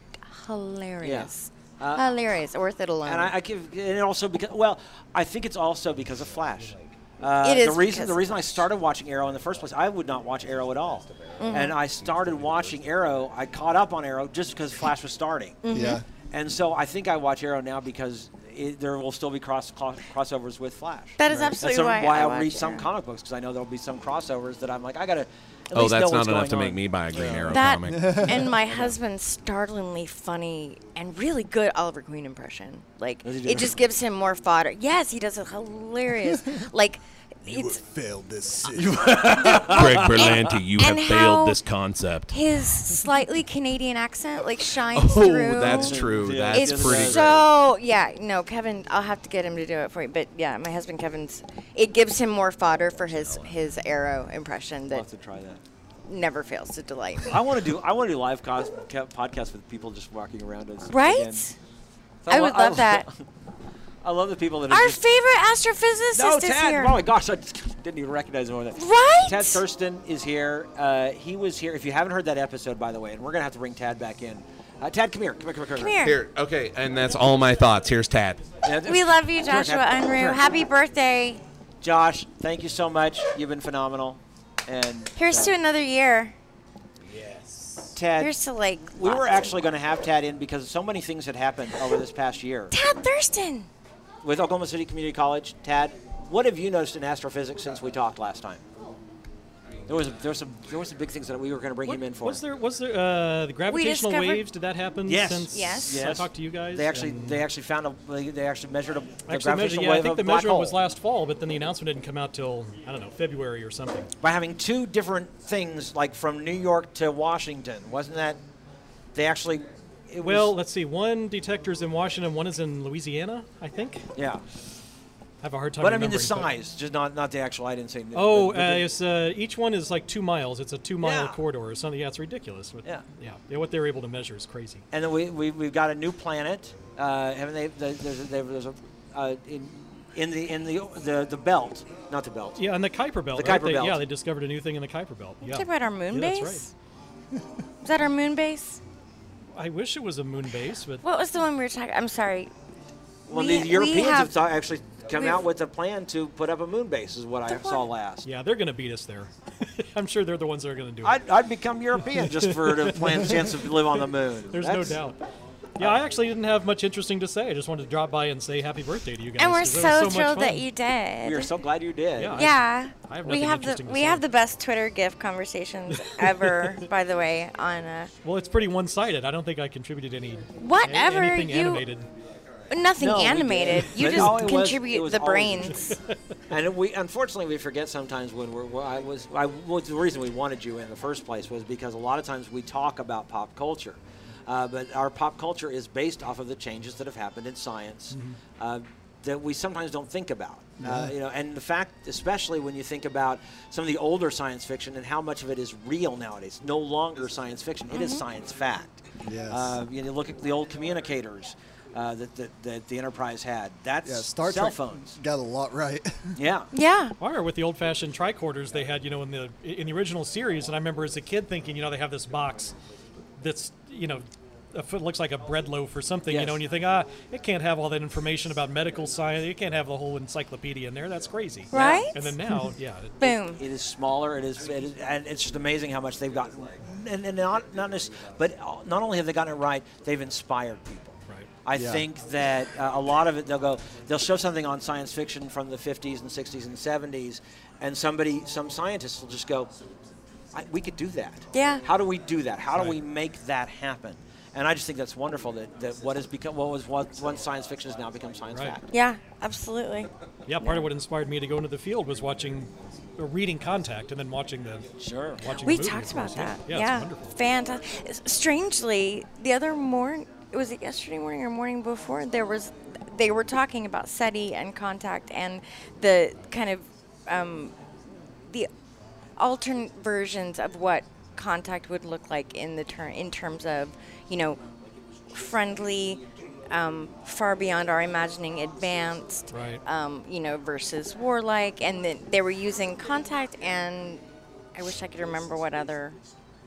Speaker 2: hilarious.
Speaker 1: Uh,
Speaker 2: hilarious. Worth it alone.
Speaker 1: and I, I give and it also because well, I think it's also because of Flash. Uh,
Speaker 2: It is
Speaker 1: the reason
Speaker 2: because
Speaker 1: the
Speaker 2: of
Speaker 1: reason I started watching Arrow in the first place. I would not watch Arrow at all,
Speaker 2: Mm-hmm.
Speaker 1: and I started watching Arrow. I caught up on Arrow just because Flash was starting,
Speaker 2: Mm-hmm.
Speaker 5: yeah.
Speaker 1: and so I think I watch Arrow now because it, there will still be cross, cross crossovers with Flash.
Speaker 2: that is
Speaker 1: That's
Speaker 2: absolutely
Speaker 1: so
Speaker 2: why,
Speaker 1: why,
Speaker 2: I
Speaker 1: I
Speaker 2: watch
Speaker 1: read some
Speaker 2: Arrow.
Speaker 1: comic books because I know there'll be some crossovers that I'm like I gotta. At
Speaker 3: Oh,
Speaker 1: least know
Speaker 3: that's
Speaker 1: what's
Speaker 3: not
Speaker 1: going
Speaker 3: enough to make
Speaker 1: on.
Speaker 3: me buy a Green Arrow
Speaker 2: That
Speaker 3: comic.
Speaker 2: and my husband's startlingly funny and really good Oliver Queen impression. Like
Speaker 1: Does he do
Speaker 2: it just gives him more fodder. Yes, he does a hilarious. like it's
Speaker 5: failed this
Speaker 3: Greg Berlanti, you
Speaker 2: and how-
Speaker 3: concept.
Speaker 2: his slightly Canadian accent like shines through.
Speaker 3: Oh, that's true.
Speaker 1: Yeah.
Speaker 3: That's
Speaker 2: it's
Speaker 3: pretty. great.
Speaker 2: so yeah no Kevin I'll have to get him to do it for you but yeah my husband Kevin's it gives him more fodder for his his arrow impression
Speaker 1: I'll have to
Speaker 2: that
Speaker 1: try that.
Speaker 2: never fails to delight me
Speaker 1: I want to do I want to do live cos- ca- podcasts with people just walking around us. again.
Speaker 2: right I would
Speaker 1: lo-
Speaker 2: love that
Speaker 1: I love the people that are
Speaker 2: our
Speaker 1: just,
Speaker 2: favorite astrophysicist
Speaker 1: no
Speaker 2: is
Speaker 1: Tad.
Speaker 2: here
Speaker 1: Oh my gosh, I just didn't even recognize him. over there.
Speaker 2: Right?
Speaker 1: Tad Thurston is here. Uh, he was here. If you haven't heard that episode, by the way, and we're gonna have to bring Tad back in. Uh, Tad, come here. Come here. Come here.
Speaker 2: come here.
Speaker 3: Here, okay, and that's all my thoughts. Here's Tad.
Speaker 1: Yeah,
Speaker 2: We love you,
Speaker 1: come here, Tad.
Speaker 2: Joshua
Speaker 1: Come here.
Speaker 2: Unruh. Happy birthday.
Speaker 1: Josh, thank you so much. You've been phenomenal. And
Speaker 2: Here's to another year.
Speaker 1: Tad.
Speaker 2: There's still, like,
Speaker 1: we were
Speaker 2: lots of-
Speaker 1: actually going to have Tad in because so many things had happened over this past year
Speaker 2: Tad Thurston.
Speaker 1: with Oklahoma City Community College. Tad, what have you noticed in astrophysics since we talked last time? There was there was some there was some big things that we were going to bring him in for.
Speaker 9: Was there was there uh, the gravitational
Speaker 2: discovered-
Speaker 9: waves? Did that happen?
Speaker 1: Yes.
Speaker 9: Since
Speaker 2: Yes.
Speaker 9: I
Speaker 1: Yes.
Speaker 9: talked to you guys.
Speaker 1: They actually
Speaker 9: and-
Speaker 1: they actually found a they- they actually measured a the
Speaker 9: Actually,
Speaker 1: gravitational
Speaker 9: measure, yeah,
Speaker 1: wave
Speaker 9: I think
Speaker 1: of
Speaker 9: the
Speaker 1: black
Speaker 9: measure
Speaker 1: hole.
Speaker 9: was last fall, but then the announcement didn't come out till I don't know February or something.
Speaker 1: by having two different things like from New York to Washington. Wasn't that they actually it
Speaker 9: Well,
Speaker 1: was,
Speaker 9: let's see. One detector's in Washington, one is in Louisiana, I think. I
Speaker 1: yeah.
Speaker 9: have a hard time.
Speaker 1: But I mean the
Speaker 9: remembering, but-
Speaker 1: size, just not not the actual I didn't say the-
Speaker 9: Oh,
Speaker 1: the- the-
Speaker 9: uh, it's, uh, each one is like two miles. It's a two-mile
Speaker 1: Yeah.
Speaker 9: corridor or something. Yeah, it's ridiculous. What-
Speaker 1: Yeah.
Speaker 9: yeah, yeah. What they're able to measure is crazy.
Speaker 1: and then we, we we've got a new planet. Uh, haven't they the- there's a, there's a uh, in, in the in the the the belt, not the belt.
Speaker 9: Yeah, and the Kuiper Belt.
Speaker 1: The
Speaker 9: right?
Speaker 1: Kuiper
Speaker 9: They- Yeah,
Speaker 1: Belt.
Speaker 9: they discovered a new thing in the Kuiper Belt. Yeah.
Speaker 2: Talk about our moon
Speaker 9: Yeah, that's
Speaker 2: base. Is that our moon base?
Speaker 9: I wish it was a moon base, but
Speaker 2: What was the one we were talking? I'm sorry.
Speaker 1: Well,
Speaker 2: we-
Speaker 1: the
Speaker 2: we
Speaker 1: Europeans have,
Speaker 2: have-
Speaker 1: ta- actually come
Speaker 2: we've-
Speaker 1: out with a plan to put up a moon base is what I
Speaker 2: The
Speaker 1: saw
Speaker 2: what?
Speaker 1: last.
Speaker 9: yeah, they're going to beat us there. I'm sure they're the ones that are going to do it.
Speaker 1: I'd, I'd become European just for the planned chance to live on the moon.
Speaker 9: There's
Speaker 1: That's-
Speaker 9: no doubt. Yeah, I actually didn't have much interesting to say. I just wanted to drop by and say happy birthday to you guys.
Speaker 2: and we're
Speaker 9: 'cause that was
Speaker 2: so,
Speaker 9: much
Speaker 2: thrilled that
Speaker 9: fun.
Speaker 2: you did.
Speaker 1: We are so glad you did.
Speaker 9: Yeah.
Speaker 2: yeah,
Speaker 9: I have
Speaker 2: we
Speaker 9: nothing
Speaker 2: have the
Speaker 9: interesting to
Speaker 2: we
Speaker 9: say.
Speaker 2: have the best Twitter GIF conversations ever. by the way, on uh,
Speaker 9: Well, it's pretty one-sided. I don't think I contributed any
Speaker 2: Whatever,
Speaker 9: anything
Speaker 2: you-
Speaker 9: animated.
Speaker 2: nothing
Speaker 1: No, we did.
Speaker 2: animated. You
Speaker 1: But all it
Speaker 2: just
Speaker 1: was-
Speaker 2: contribute
Speaker 1: it was
Speaker 2: the
Speaker 1: all-
Speaker 2: brains.
Speaker 1: And we unfortunately we forget sometimes when we're well, I was I was the reason we wanted you in the first place was because a lot of times we talk about pop culture, uh, but our pop culture is based off of the changes that have happened in science
Speaker 2: Mm-hmm.
Speaker 1: uh, that we sometimes don't think about. Uh, you know, and the fact, especially when you think about some of the older science fiction and how much of it is real nowadays, no longer science fiction, it
Speaker 2: Mm-hmm.
Speaker 1: is science fact.
Speaker 5: Yes.
Speaker 1: Uh, you know, look at the old communicators. Uh, that, that, that the Enterprise had. That's
Speaker 5: Yeah, Star
Speaker 1: cell
Speaker 5: Trek
Speaker 1: phones.
Speaker 5: got a lot right.
Speaker 1: Yeah.
Speaker 2: yeah,
Speaker 9: I remember with the old-fashioned tricorders they had, you know, in the in the original series, and I remember as a kid thinking, you know, they have this box that's, you know, a foot looks like a bread loaf or something, you
Speaker 1: Yes.
Speaker 9: know, and you think, ah, it can't have all that information about medical science. It can't have the whole encyclopedia in there. That's crazy.
Speaker 2: Right?
Speaker 9: And then now, yeah, it-
Speaker 2: boom.
Speaker 1: It is smaller. It is, it is, and it's just amazing how much they've gotten. And, and not not just, but not only have they gotten it right, they've inspired people.
Speaker 9: Right.
Speaker 1: I
Speaker 5: Yeah.
Speaker 1: think that uh, a lot of it, they'll go, they'll show something on science fiction from the 50s and 60s and 70s, and somebody, some scientists will just go, I, we could do that.
Speaker 2: Yeah.
Speaker 1: How do we do that? How do we make that happen? And I just think that's wonderful that, that what has become, what was what, once science fiction has now become science
Speaker 9: Right.
Speaker 1: fact.
Speaker 2: Yeah, absolutely.
Speaker 9: yeah, part of what inspired me to go into the field was watching, or reading Contact, and then watching the
Speaker 1: Sure.
Speaker 9: watching.
Speaker 2: We
Speaker 9: the movie, of
Speaker 2: talked about
Speaker 9: course,
Speaker 2: that.
Speaker 9: Yeah,
Speaker 2: Yeah,
Speaker 9: it's wonderful.
Speaker 2: fantastic. Strangely, the other morning, was it yesterday morning or morning before? There was, they were talking about SETI and contact and the kind of, um, the alternate versions of what contact would look like in the ter- in terms of, you know, friendly, um, far beyond our imagining, advanced,
Speaker 9: Right.
Speaker 2: um, you know, versus warlike, and then they were using contact and I wish I could remember what other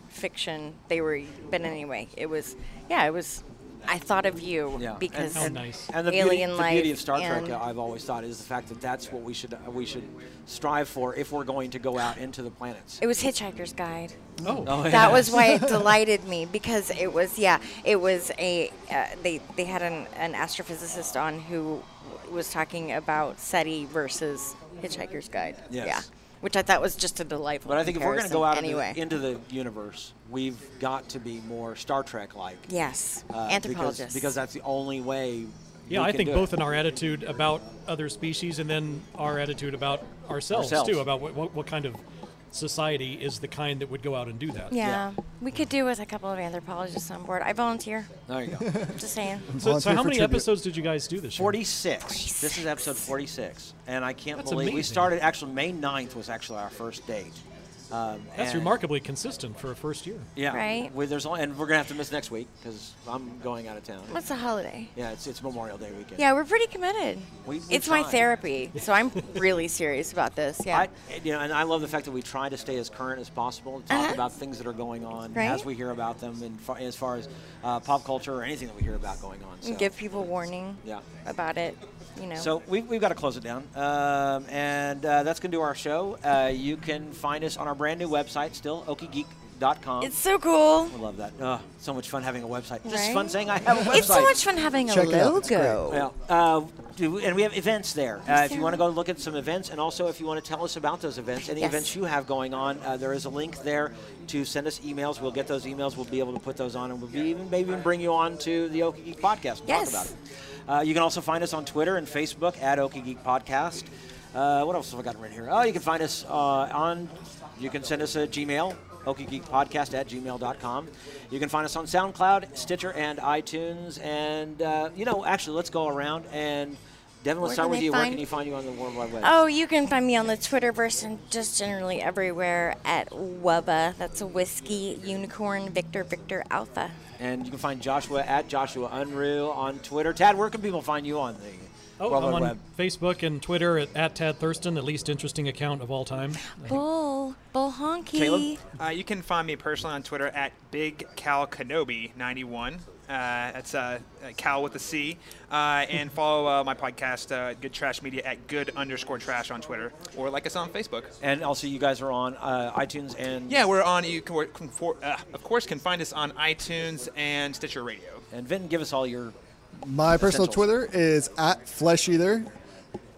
Speaker 2: fiction they were, but anyway, it was yeah, it was. I thought of you
Speaker 1: Yeah.
Speaker 2: because
Speaker 9: How nice.
Speaker 1: And the
Speaker 2: alien
Speaker 1: beauty,
Speaker 2: life
Speaker 1: the beauty of Star Trek,
Speaker 2: and-
Speaker 1: uh, I've always thought, is the fact that that's what we should we should strive for if we're going to go out into the planets.
Speaker 2: it was Hitchhiker's Guide.
Speaker 9: Oh,
Speaker 2: That was why it delighted me because it was yeah, it was a uh, they they had an, an astrophysicist on who w- was talking about SETI versus Hitchhiker's Guide.
Speaker 1: Yes.
Speaker 2: Yeah, which I thought was just a delightful.
Speaker 1: But I think if we're going to go out
Speaker 2: comparison anyway.
Speaker 1: into, the, into the universe, we've got to be more Star Trek like.
Speaker 2: yes, anthropologists.
Speaker 1: Because, because that's the only way.
Speaker 9: Yeah,
Speaker 1: we
Speaker 9: I
Speaker 1: can
Speaker 9: think
Speaker 1: do
Speaker 9: both
Speaker 1: it.
Speaker 9: in our attitude about other species and then our attitude about ourselves,
Speaker 1: Ourselves.
Speaker 9: too, about what, what, what kind of society is the kind that would go out and do that.
Speaker 2: yeah, we could do with a couple of anthropologists on board. I volunteer.
Speaker 1: There you go.
Speaker 2: Just saying.
Speaker 9: So, so
Speaker 5: Volunteer
Speaker 9: how
Speaker 5: for
Speaker 9: many
Speaker 5: tribute.
Speaker 9: episodes did you guys do this year?
Speaker 1: 46. This is episode 46. And I can't
Speaker 9: That's
Speaker 1: believe we
Speaker 9: amazing.
Speaker 1: started, actually, May 9th was actually our first date. Um,
Speaker 9: That's
Speaker 1: and-
Speaker 9: remarkably consistent for a first year.
Speaker 1: Yeah.
Speaker 2: Right.
Speaker 1: We, there's only, and we're going to have to miss next week because I'm going out of town.
Speaker 2: What's the holiday?
Speaker 1: Yeah, it's, it's Memorial Day weekend.
Speaker 2: Yeah, we're pretty committed.
Speaker 1: We- we
Speaker 2: it's my
Speaker 1: tried.
Speaker 2: therapy, so I'm really serious about this. Yeah.
Speaker 1: I, you know, and I love the fact that we try to stay as current as possible, talk
Speaker 2: Uh-huh.
Speaker 1: about things that are going on
Speaker 2: Right.
Speaker 1: as we hear about them, and fa- as far as uh, pop culture or anything that we hear about going on. So,
Speaker 2: And give people warning
Speaker 1: Yeah.
Speaker 2: about it, you know.
Speaker 1: so we've, we've got to close it down, um, and uh, that's going to do our show. Uh, you can find us on our brand new website, still okiegeek.com. Smashymash.com.
Speaker 2: It's so cool.
Speaker 1: I love that. Ugh, so much fun having a website. Just
Speaker 2: Right?
Speaker 1: fun saying I have a website.
Speaker 2: It's so much fun having
Speaker 5: Check
Speaker 2: a
Speaker 5: it out. It's great.
Speaker 2: logo.
Speaker 1: Yeah, uh, do, and we have events there. Uh, if you
Speaker 2: there-
Speaker 1: want to go look at some events, and also if you want to tell us about those events, any
Speaker 2: Yes.
Speaker 1: events you have going on, uh, there is a link there to send us emails. We'll get those emails. We'll be able to put those on, and we'll be even, maybe even bring you on to the Okie Geek podcast and
Speaker 2: Yes.
Speaker 1: talk about it. Uh, you can also find us on Twitter and Facebook at Okie Geek Podcast. Uh, what else have I got right here? Oh, you can find us uh, on, you can send us a Gmail, okiegeekpodcast at gmail.com. You can find us on SoundCloud, Stitcher, and iTunes. And, uh, you know, actually, let's go around and, Devin, let's
Speaker 2: Where
Speaker 1: start
Speaker 2: can
Speaker 1: with
Speaker 2: they
Speaker 1: you. Where
Speaker 2: find-
Speaker 1: can you find you on the World Wide Web?
Speaker 2: Oh, you can find me on the Twitterverse and just generally everywhere at Wubba. That's a whiskey unicorn Victor Victor Alpha.
Speaker 1: And you can find Joshua at Joshua Unruh on Twitter. Tad, where can people find you on the
Speaker 9: Oh,
Speaker 1: World
Speaker 9: I'm
Speaker 1: Wide
Speaker 9: on
Speaker 1: Web?
Speaker 9: Facebook and Twitter at, at Tad Thurston, the least interesting account of all time.
Speaker 2: Bull, bull honky.
Speaker 1: Caleb?
Speaker 4: Uh, you can find me personally on Twitter at Big Cal Kenobi 91. Uh, that's uh, uh, Cal with a C. Uh, and follow uh, my podcast, uh, Good Trash Media, at good underscore trash on Twitter. Or like us on Facebook.
Speaker 1: And also, you guys are on uh, iTunes and
Speaker 4: Yeah, we're on, you can, we're, can for, uh, of course, can find us on iTunes and Stitcher Radio.
Speaker 1: And Vin, give us all your.
Speaker 5: My personal
Speaker 1: Essentials.
Speaker 5: Twitter is at Flesh Eater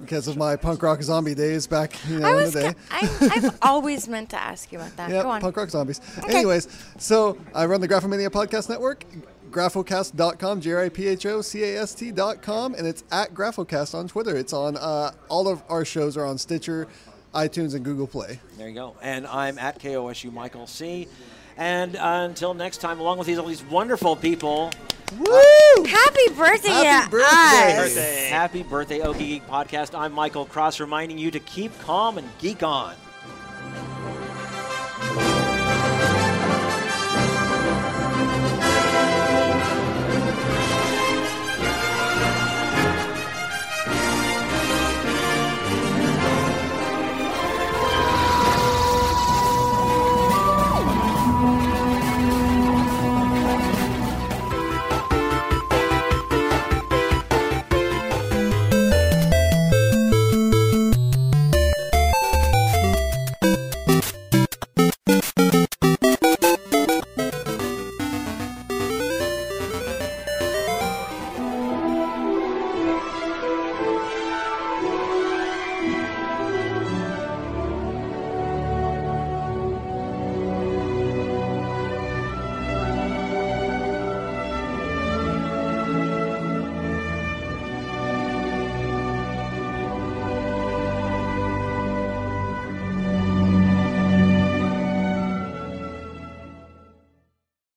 Speaker 5: because of my punk rock zombie days back you know,
Speaker 2: I
Speaker 5: in
Speaker 2: was.
Speaker 5: the day.
Speaker 2: I, I've always meant to ask you about that.
Speaker 5: Yeah,
Speaker 2: Go on.
Speaker 5: punk rock zombies. Anyways, so I run the Graphomania Podcast Network, graphocast.com, J R I P H O C A S T.com, and it's at Graphocast on Twitter. It's on uh, all of our shows are on Stitcher, iTunes, and Google Play.
Speaker 1: There you go. And I'm at KOSU Michael C. And uh, until next time, along with these all these wonderful people,
Speaker 2: Happy birthday
Speaker 5: Happy
Speaker 2: to
Speaker 5: birthday.
Speaker 2: us.
Speaker 5: Birthday.
Speaker 1: E happy birthday, Okie Geek Podcast. I'm Michael Cross, reminding you to keep calm and geek on.